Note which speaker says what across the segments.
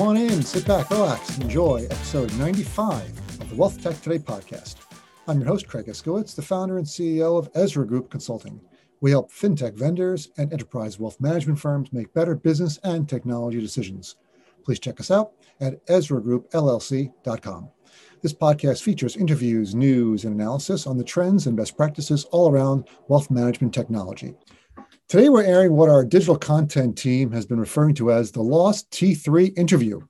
Speaker 1: and sit back, relax, and enjoy episode 95 of the Wealth Tech Today podcast. I'm your host, Craig Eskowitz, the founder and CEO of Ezra Group Consulting. We help fintech vendors and enterprise wealth management firms make better business and technology decisions. Please check us out at EzraGroupLLC.com. This podcast features interviews, news, and analysis on the trends and best practices all around wealth management technology. Today, we're airing what our digital content team has been referring to as the Lost T3 interview.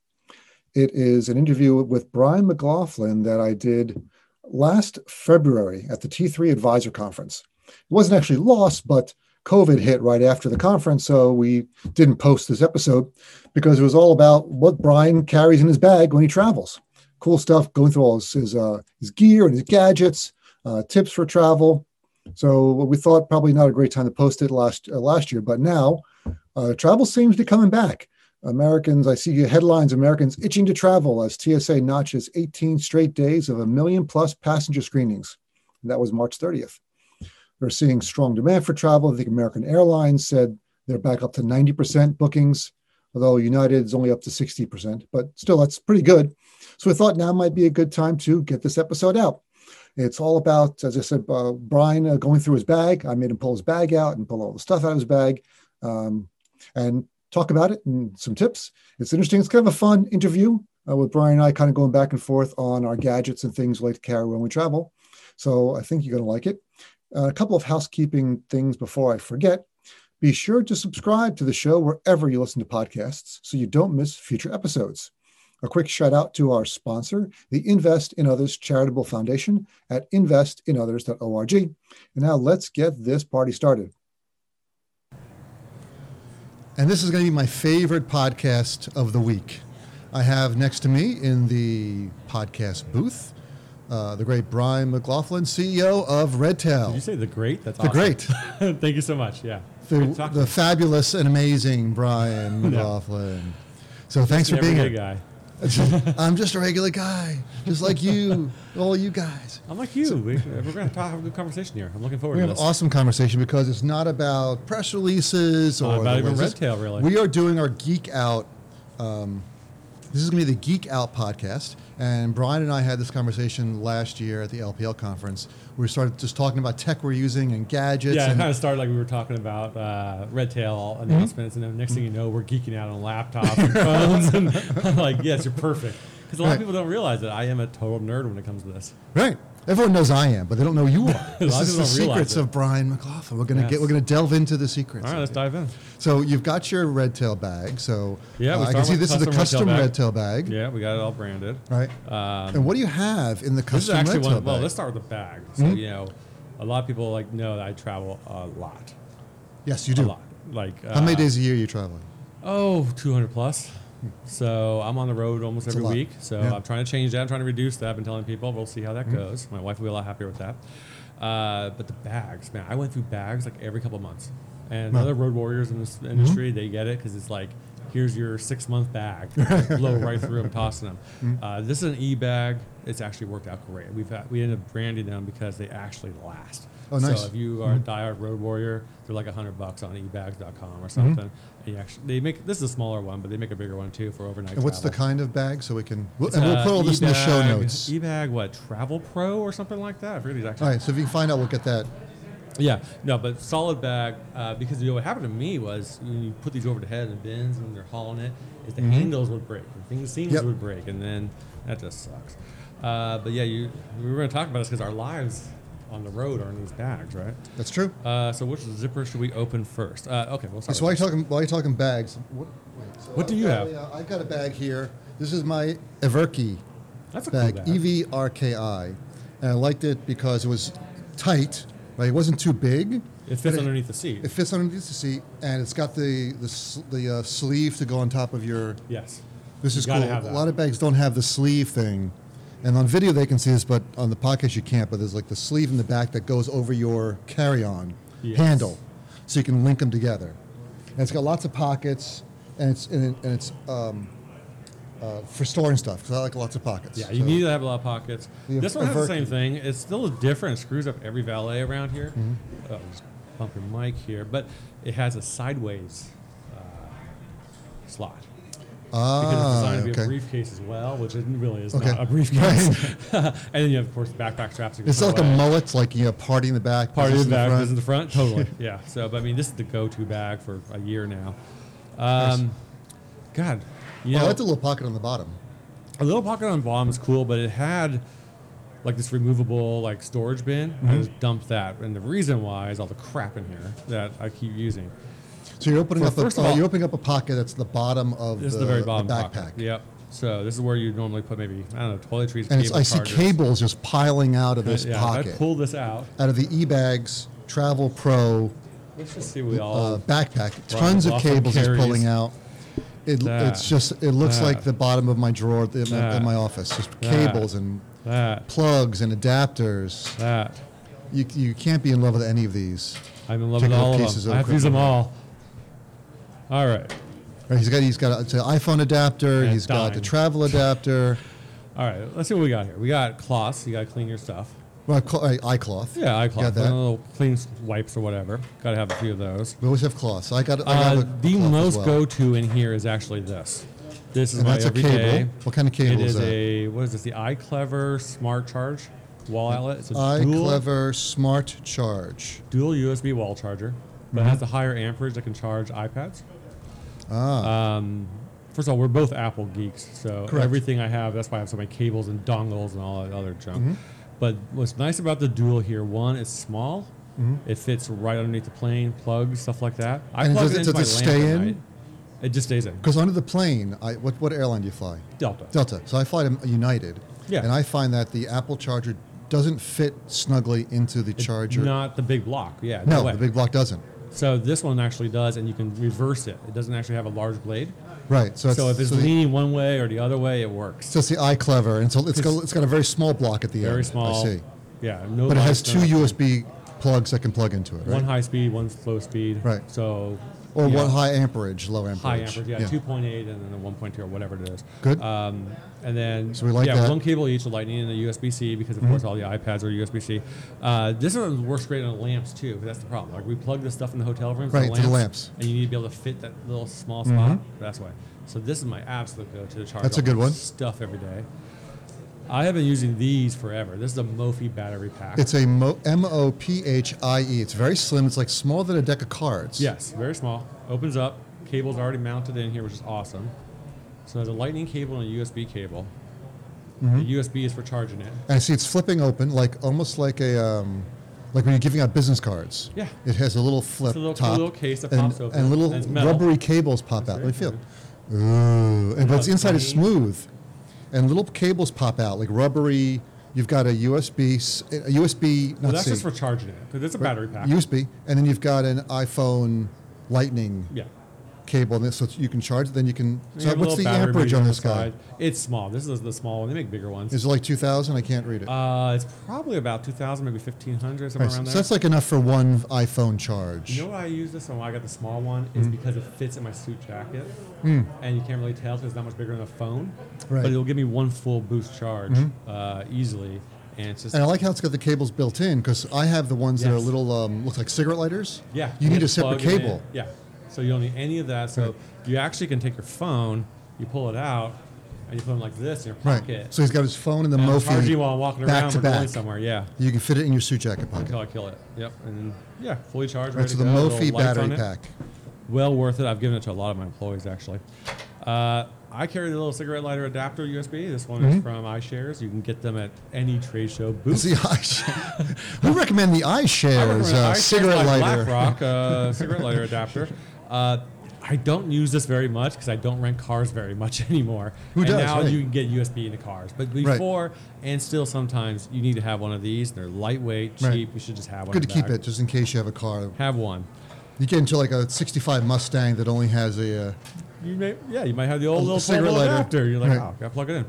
Speaker 1: It is an interview with Brian McLaughlin that I did last February at the T3 Advisor Conference. It wasn't actually lost, but COVID hit right after the conference, so we didn't post this episode because it was all about what Brian carries in his bag when he travels. Cool stuff, going through all his, his, uh, his gear and his gadgets, uh, tips for travel, so we thought probably not a great time to post it last uh, last year, but now uh, travel seems to be coming back. Americans, I see headlines: Americans itching to travel as TSA notches 18 straight days of a million plus passenger screenings. And that was March 30th. They're seeing strong demand for travel. I think American Airlines said they're back up to 90% bookings, although United's only up to 60%, but still that's pretty good. So we thought now might be a good time to get this episode out. It's all about, as I said, uh, Brian uh, going through his bag. I made him pull his bag out and pull all the stuff out of his bag um, and talk about it and some tips. It's interesting. It's kind of a fun interview uh, with Brian and I kind of going back and forth on our gadgets and things we like to carry when we travel. So I think you're going to like it. uh, a couple of housekeeping things before I forget. Be sure to subscribe to the show wherever you listen to podcasts so you don't miss future episodes. A quick shout out to our sponsor, the Invest in Others Charitable Foundation at investinothers.org. And now let's get this party started. And this is going to be my favorite podcast of the week. I have next to me in the podcast booth uh, the great Brian McLaughlin, CEO of
Speaker 2: Did you
Speaker 1: Redtail.
Speaker 2: say the great? That's
Speaker 1: The great,
Speaker 2: great. Thank you so much. Yeah. Good
Speaker 1: the,
Speaker 2: talk to
Speaker 1: the
Speaker 2: you.
Speaker 1: fabulous and amazing Brian McLaughlin. So thanks for
Speaker 2: An
Speaker 1: being
Speaker 2: everyday
Speaker 1: here.
Speaker 2: guy.
Speaker 1: I'm just a regular guy, just like you, all you guys.
Speaker 2: I'm like you. we, we're going to have a good conversation here. I'm looking forward
Speaker 1: We
Speaker 2: to
Speaker 1: have an
Speaker 2: this.
Speaker 1: awesome conversation because it's not about press releases or
Speaker 2: Not about
Speaker 1: the
Speaker 2: even
Speaker 1: latest-
Speaker 2: Redtail, really.
Speaker 1: We are doing our geek out. Um, this is going to be the Geek Out podcast, and Brian and I had this conversation last year at the LPL conference. We started just talking about tech we're using and gadgets.
Speaker 2: yeah, it
Speaker 1: and
Speaker 2: kind of started like we were talking about uh, Red Tail announcements, and then next thing you know, we're geeking out on laptops and phones, and I'm like, yes, you're perfect. Because a lot
Speaker 1: Right.
Speaker 2: of people don't realize that I am a total nerd when it comes to this.
Speaker 1: Right. Everyone knows I am, but they don't know you are. This is
Speaker 2: of
Speaker 1: the
Speaker 2: people don't realize
Speaker 1: secrets
Speaker 2: it.
Speaker 1: of Brian McLaughlin. We're gonna
Speaker 2: Yes.
Speaker 1: get. We're gonna delve into the secrets.
Speaker 2: All right, let's dive in.
Speaker 1: So you've got your red tail bag. So uh,
Speaker 2: Yeah, we
Speaker 1: I can
Speaker 2: start
Speaker 1: see
Speaker 2: with
Speaker 1: this is the
Speaker 2: custom
Speaker 1: custom
Speaker 2: red
Speaker 1: red tail bag,
Speaker 2: Yeah, we got it all branded.
Speaker 1: right?
Speaker 2: Um,
Speaker 1: and what do you have in the
Speaker 2: This is
Speaker 1: custom
Speaker 2: actually
Speaker 1: red
Speaker 2: one.
Speaker 1: tail
Speaker 2: Of, well,
Speaker 1: bag? Mm-hmm.
Speaker 2: let's start with the bag. So you know, a lot of people like know that I travel a lot,
Speaker 1: yes, you
Speaker 2: a
Speaker 1: do.
Speaker 2: lot. Like
Speaker 1: How many
Speaker 2: uh,
Speaker 1: days a year are you traveling?
Speaker 2: Oh, 200 plus. So I'm on the road almost
Speaker 1: That's a
Speaker 2: every
Speaker 1: lot.
Speaker 2: week. So
Speaker 1: Yeah. Mm-hmm.
Speaker 2: I'm trying to change that. I'm trying to reduce that. I've been telling people. We'll see how that goes. My wife will be a lot happier with that. Uh, but the bags, man, I went through bags like every couple of months. And other road warriors in this
Speaker 1: Mm-hmm.
Speaker 2: industry, they get it because it's like, here's your six month bag, blow right through them, tossing them.
Speaker 1: Mm-hmm.
Speaker 2: Uh, this is an e bag. It's actually worked out great. We've had, we ended up branding them because they actually last.
Speaker 1: Oh, nice.
Speaker 2: So if you are a diehard road warrior, they're like hundred bucks on
Speaker 1: Mm-hmm.
Speaker 2: ebags.com or something. And you actually, they make this is a smaller one, but they make a bigger one too for overnight.
Speaker 1: And what's the
Speaker 2: travel.
Speaker 1: kind of bag so we can? We'll, and we'll put all this in the show
Speaker 2: eBag-
Speaker 1: notes.
Speaker 2: Ebag, what Travel Pro or something like that? I forget exactly.
Speaker 1: all right, so if you can find out, we'll get that.
Speaker 2: Yeah, no, but solid bag uh, because you know what happened to me was when you put these over the head in bins and they're hauling it, is the handles would break, and things seams
Speaker 1: Mm-hmm. Yep.
Speaker 2: would break, and then that just sucks. Uh, but yeah, you we were going to talk about this because our lives on the road are in these bags, right?
Speaker 1: That's true.
Speaker 2: Uh, so which zipper should we open first? Uh, okay, we'll start.
Speaker 1: so while
Speaker 2: with
Speaker 1: you're talking, while you're talking bags, what, wait, so
Speaker 2: What do
Speaker 1: I've
Speaker 2: you
Speaker 1: got
Speaker 2: have?
Speaker 1: a- uh, I've got a bag here. This is my Everki
Speaker 2: this. That's a
Speaker 1: bag,
Speaker 2: cool bag.
Speaker 1: E V R K I, and I liked it because it was tight. Right, it wasn't too big.
Speaker 2: It
Speaker 1: but
Speaker 2: fits underneath the seat.
Speaker 1: It fits underneath the seat, and it's got the the, s- the uh, sleeve to go on top of your.
Speaker 2: yes.
Speaker 1: This
Speaker 2: You
Speaker 1: is cool.
Speaker 2: gotta
Speaker 1: A
Speaker 2: have that.
Speaker 1: lot of bags don't have the sleeve thing, and on video they can see this, but on the podcast you can't. But there's like the sleeve in the back that goes over your carry-on
Speaker 2: Yes.
Speaker 1: handle, so you can link them together. And it's got lots of pockets, and it's and, it- and it's um, uh, for storing stuff because I like lots of pockets.
Speaker 2: Yeah, you
Speaker 1: So-
Speaker 2: need to have a lot of pockets.
Speaker 1: The
Speaker 2: this one has the
Speaker 1: Averki.
Speaker 2: same thing. It's still different. It screws up every valet around here.
Speaker 1: Mm-hmm.
Speaker 2: Oh, just bump your mic here, but it has a sideways uh, slot. because it's
Speaker 1: Ah,
Speaker 2: designed to be a
Speaker 1: okay.
Speaker 2: briefcase as well, which it really is
Speaker 1: Okay.
Speaker 2: not a briefcase. and then you have, of course, the backpack straps. that go
Speaker 1: It's not like a
Speaker 2: away.
Speaker 1: mullet, like you know, party in the back,
Speaker 2: Part of
Speaker 1: business
Speaker 2: the back,
Speaker 1: front.
Speaker 2: business in the front. Totally. yeah. So, but I mean, this is the go-to bag for a year now. Um, God, you
Speaker 1: Well,
Speaker 2: know,
Speaker 1: Oh, that's a little pocket on the bottom.
Speaker 2: a little pocket on the bottom is cool, but it had like this removable like storage bin.
Speaker 1: Mm-hmm.
Speaker 2: I just dumped that, and the reason why is all the crap in here that I keep using.
Speaker 1: So you're opening
Speaker 2: For-
Speaker 1: up a
Speaker 2: first of
Speaker 1: uh,
Speaker 2: all-
Speaker 1: you're opening up a pocket that's the bottom of
Speaker 2: This
Speaker 1: the,
Speaker 2: is the very bottom
Speaker 1: backpack.
Speaker 2: pocket. Yep. So this is where you normally put maybe I don't know toiletries.
Speaker 1: And it's,
Speaker 2: cable
Speaker 1: I see
Speaker 2: chargers.
Speaker 1: cables just piling out of this
Speaker 2: yeah, If I
Speaker 1: pocket,
Speaker 2: pull this out.
Speaker 1: out of the e-bags, Travel Pro
Speaker 2: Let's just see what we all.
Speaker 1: uh, backpack. Tons of
Speaker 2: lots of
Speaker 1: cables just
Speaker 2: carries.
Speaker 1: pulling out. It,
Speaker 2: Ah.
Speaker 1: it's just it looks
Speaker 2: Ah.
Speaker 1: like the bottom of my drawer in my,
Speaker 2: Ah.
Speaker 1: in my office, just cables and
Speaker 2: that.
Speaker 1: plugs and adapters.
Speaker 2: That.
Speaker 1: You, you can't be in love with any of these.
Speaker 2: I'm in love with
Speaker 1: Particular
Speaker 2: all of
Speaker 1: pieces
Speaker 2: them.
Speaker 1: of
Speaker 2: I have to use them
Speaker 1: equipment.
Speaker 2: all. All right.
Speaker 1: Right, he's got he's got a, it's an iPhone adapter.
Speaker 2: And
Speaker 1: He's got the
Speaker 2: dime.
Speaker 1: travel adapter.
Speaker 2: All right. Let's see what we got here. We got cloths. You got to clean your stuff.
Speaker 1: Well, cl- uh, eye cloth.
Speaker 2: Yeah, eye cloth.
Speaker 1: Got that.
Speaker 2: Little clean s- wipes or whatever. Got to have a few of those.
Speaker 1: We always have cloths. I got. I have
Speaker 2: Uh,
Speaker 1: a
Speaker 2: the
Speaker 1: cloth as
Speaker 2: most
Speaker 1: well.
Speaker 2: go-to in here is actually this. This is
Speaker 1: And
Speaker 2: my
Speaker 1: that's a
Speaker 2: everyday.
Speaker 1: cable. What kind of cable
Speaker 2: It
Speaker 1: is
Speaker 2: is
Speaker 1: that?
Speaker 2: a what is this? The iClever Smart Charge wall outlet. It's a
Speaker 1: Eye
Speaker 2: dual,
Speaker 1: Clever Smart Charge.
Speaker 2: dual USB wall charger, but it has a higher amperage that can charge iPads. Ah. Um, first of all, we're both Apple geeks, so
Speaker 1: Correct.
Speaker 2: everything I have, that's why I have so many cables and dongles and all that other junk.
Speaker 1: Mm-hmm.
Speaker 2: But what's nice about the dual here, one, it's small. It fits right underneath the plane, plugs, stuff like that. I
Speaker 1: Mm-hmm. And
Speaker 2: plug
Speaker 1: does it-
Speaker 2: it into
Speaker 1: does it
Speaker 2: my lamp
Speaker 1: stay
Speaker 2: at
Speaker 1: in?
Speaker 2: night. It just stays in.
Speaker 1: Because under the plane, I, what what airline do you fly?
Speaker 2: Delta.
Speaker 1: Delta. So I fly to United.
Speaker 2: Yeah.
Speaker 1: And I find that the Apple charger doesn't fit snugly into the charger.
Speaker 2: Not the big block. Yeah.
Speaker 1: no,
Speaker 2: way.
Speaker 1: the big block doesn't.
Speaker 2: So this one actually does, and you can reverse it. It doesn't actually have a large blade.
Speaker 1: Right. So,
Speaker 2: So if it's
Speaker 1: the,
Speaker 2: leaning one way or the other way, it works.
Speaker 1: so it's the eye clever, and so it's got it's got a very small block at the end.
Speaker 2: Very small.
Speaker 1: I see.
Speaker 2: Yeah. No
Speaker 1: But it has
Speaker 2: lights,
Speaker 1: two
Speaker 2: no nothing.
Speaker 1: USB plugs that can plug into it, right?
Speaker 2: One high speed, one's low speed.
Speaker 1: Right.
Speaker 2: So.
Speaker 1: or
Speaker 2: you
Speaker 1: one
Speaker 2: know,
Speaker 1: high amperage, low amperage.
Speaker 2: High amperage, yeah, 2.8 and then the 1.2 or whatever it is.
Speaker 1: Good.
Speaker 2: Um, and then,
Speaker 1: So we like
Speaker 2: yeah,
Speaker 1: that. Mm-hmm.
Speaker 2: one cable each, a Lightning and a USB C, because of course all the iPads are USB C. Uh, this one works great on lamps too, because that's the problem. Like we plug this stuff in the hotel rooms,
Speaker 1: Right,
Speaker 2: the
Speaker 1: to
Speaker 2: lamps,
Speaker 1: the lamps. Mm-hmm.
Speaker 2: and you need to be able to fit that little small spot. That's why. So this is my absolute go-to to charge.
Speaker 1: That's a
Speaker 2: all
Speaker 1: good
Speaker 2: my
Speaker 1: one.
Speaker 2: Stuff every day. I have been using these forever. This is a Mophie battery pack.
Speaker 1: It's a Mo- M O P H I E. It's very slim. It's like smaller than a deck of cards.
Speaker 2: Yes, very small. Opens up. Cable's already mounted in here, which is awesome. So there's a lightning cable and a USB cable.
Speaker 1: Mm-hmm.
Speaker 2: The USB is for charging it.
Speaker 1: And I see it's flipping open, like almost like a, um, like when you're giving out business cards.
Speaker 2: Yeah.
Speaker 1: It has a little flip
Speaker 2: It's a little-
Speaker 1: top.
Speaker 2: little case that
Speaker 1: and,
Speaker 2: pops open,
Speaker 1: and little
Speaker 2: and it's metal.
Speaker 1: rubbery cables pop out.
Speaker 2: That's
Speaker 1: Let me
Speaker 2: very
Speaker 1: feel. Ooh, and but it's
Speaker 2: Yeah,
Speaker 1: inside is
Speaker 2: tiny.
Speaker 1: smooth, and little cables pop out like rubbery. You've got a USB, s- a USB. Not
Speaker 2: Well, that's
Speaker 1: C,
Speaker 2: just for charging it because it's a battery pack.
Speaker 1: USB, and then you've got an iPhone Lightning
Speaker 2: yeah.
Speaker 1: cable, and this, so you can charge it. Then you can.
Speaker 2: And you
Speaker 1: So
Speaker 2: have a
Speaker 1: what's
Speaker 2: little
Speaker 1: the
Speaker 2: battery
Speaker 1: amperage
Speaker 2: reader
Speaker 1: on
Speaker 2: the
Speaker 1: this guy?
Speaker 2: side. It's small. This is the small one. They make bigger ones.
Speaker 1: Is it like two thousand? I can't read it.
Speaker 2: uh, it's probably about 2,000, maybe 1,500, somewhere
Speaker 1: Right, so
Speaker 2: around there.
Speaker 1: that's like enough for one iPhone charge.
Speaker 2: You know why I use this and why I got the small one is
Speaker 1: Mm-hmm.
Speaker 2: because it fits in my suit jacket, and you can't really tell because it's not much bigger than a
Speaker 1: Mm.
Speaker 2: phone.
Speaker 1: Right. Mm-hmm.
Speaker 2: But it'll give me one full boost charge uh, easily, and it's just
Speaker 1: And I like how it's got the cables built in because I have the ones that are
Speaker 2: Yes.
Speaker 1: little, um, looks like cigarette lighters.
Speaker 2: yeah.
Speaker 1: You
Speaker 2: have
Speaker 1: need
Speaker 2: to
Speaker 1: a separate
Speaker 2: plug it in.
Speaker 1: cable.
Speaker 2: Yeah. So you don't need any of that. So you actually can take your phone, you pull it out, and you put it like this in your
Speaker 1: Right.
Speaker 2: pocket.
Speaker 1: So he's got his phone and the
Speaker 2: and I'm
Speaker 1: Mophie
Speaker 2: charging while I'm walking
Speaker 1: back
Speaker 2: around
Speaker 1: to
Speaker 2: or going
Speaker 1: back.
Speaker 2: somewhere. Yeah.
Speaker 1: You can fit it in your suit jacket pocket.
Speaker 2: Until I kill it. Yep. And yeah, fully charged.
Speaker 1: Right,
Speaker 2: ready
Speaker 1: so
Speaker 2: to
Speaker 1: the
Speaker 2: go, little
Speaker 1: Mophie
Speaker 2: lights on
Speaker 1: battery
Speaker 2: it.
Speaker 1: pack.
Speaker 2: well worth it. I've given it to a lot of my employees actually. Uh, I carry the little cigarette lighter adapter USB. This one is from iShares. You can get them at any trade show
Speaker 1: Mm-hmm. It's
Speaker 2: booth.
Speaker 1: the iShares. we recommend the iShares uh, cigarette lighter.
Speaker 2: BlackRock uh, cigarette lighter adapter. Uh, I don't use this very much because I don't rent cars very much anymore.
Speaker 1: Who
Speaker 2: and
Speaker 1: does,
Speaker 2: Now
Speaker 1: right.
Speaker 2: you can get USB into cars, but
Speaker 1: Right.
Speaker 2: before and still sometimes you need to have one of these. They're lightweight, cheap.
Speaker 1: Right.
Speaker 2: You should just have one.
Speaker 1: Good to
Speaker 2: in the
Speaker 1: keep
Speaker 2: bag.
Speaker 1: it just in case you have a car.
Speaker 2: Have one.
Speaker 1: You get into like a 65 Mustang that only has a. Uh,
Speaker 2: You may, yeah, you might have the old
Speaker 1: A
Speaker 2: little
Speaker 1: cigarette
Speaker 2: cigarette
Speaker 1: lighter.
Speaker 2: adapter. You're like,
Speaker 1: Right.
Speaker 2: oh, gotta plug it in.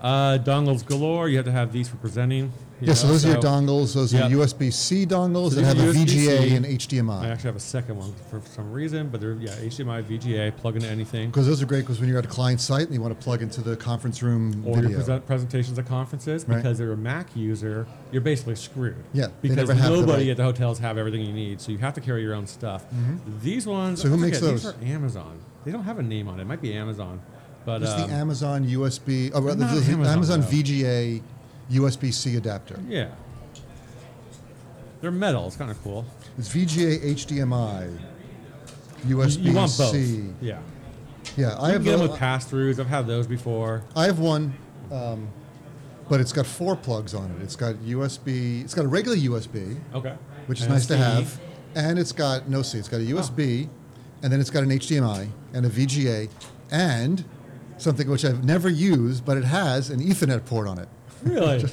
Speaker 2: Uh, dongles galore. You have to have these for presenting. you
Speaker 1: yeah, so
Speaker 2: know,
Speaker 1: those are your dongles. Those
Speaker 2: Yep.
Speaker 1: are USB C dongles that
Speaker 2: So these
Speaker 1: have
Speaker 2: are
Speaker 1: a VGA
Speaker 2: USB-C.
Speaker 1: and HDMI.
Speaker 2: I actually have a second one for some reason, but they're yeah HDMI, VGA, plug into anything.
Speaker 1: Because those are great because when you're at a client site and you want to plug into the conference room
Speaker 2: Or your
Speaker 1: video.
Speaker 2: present presentations at conferences,
Speaker 1: Right.
Speaker 2: because they're a Mac user, you're basically screwed.
Speaker 1: Yeah, they
Speaker 2: because
Speaker 1: never have the
Speaker 2: nobody
Speaker 1: right-
Speaker 2: at the hotels have everything you need, so you have to carry your own stuff. These ones,
Speaker 1: Mm-hmm. So who
Speaker 2: I
Speaker 1: makes
Speaker 2: forget,
Speaker 1: those?
Speaker 2: These are Amazon. They don't have a name on it. It might be Amazon. But
Speaker 1: It's
Speaker 2: um,
Speaker 1: the Amazon USB, oh, rather,
Speaker 2: not
Speaker 1: the the
Speaker 2: Amazon,
Speaker 1: Amazon
Speaker 2: though.
Speaker 1: VGA USB C adapter.
Speaker 2: yeah, they're metal. It's kind of cool.
Speaker 1: It's VGA HDMI,
Speaker 2: You-
Speaker 1: USB
Speaker 2: you want both?
Speaker 1: C.
Speaker 2: Yeah,
Speaker 1: Yeah, I
Speaker 2: I you
Speaker 1: have
Speaker 2: can get them
Speaker 1: a-
Speaker 2: with pass throughs. I've had those before.
Speaker 1: I have one, um, but it's got four plugs on it. It's got USB. It's got a regular USB,
Speaker 2: Okay,
Speaker 1: which is
Speaker 2: And a
Speaker 1: nice to
Speaker 2: C.
Speaker 1: have, and it's got no C. It's got a USB, and then it's got an HDMI and a VGA, and something which I've never used, but it has an Ethernet port on it.
Speaker 2: Really?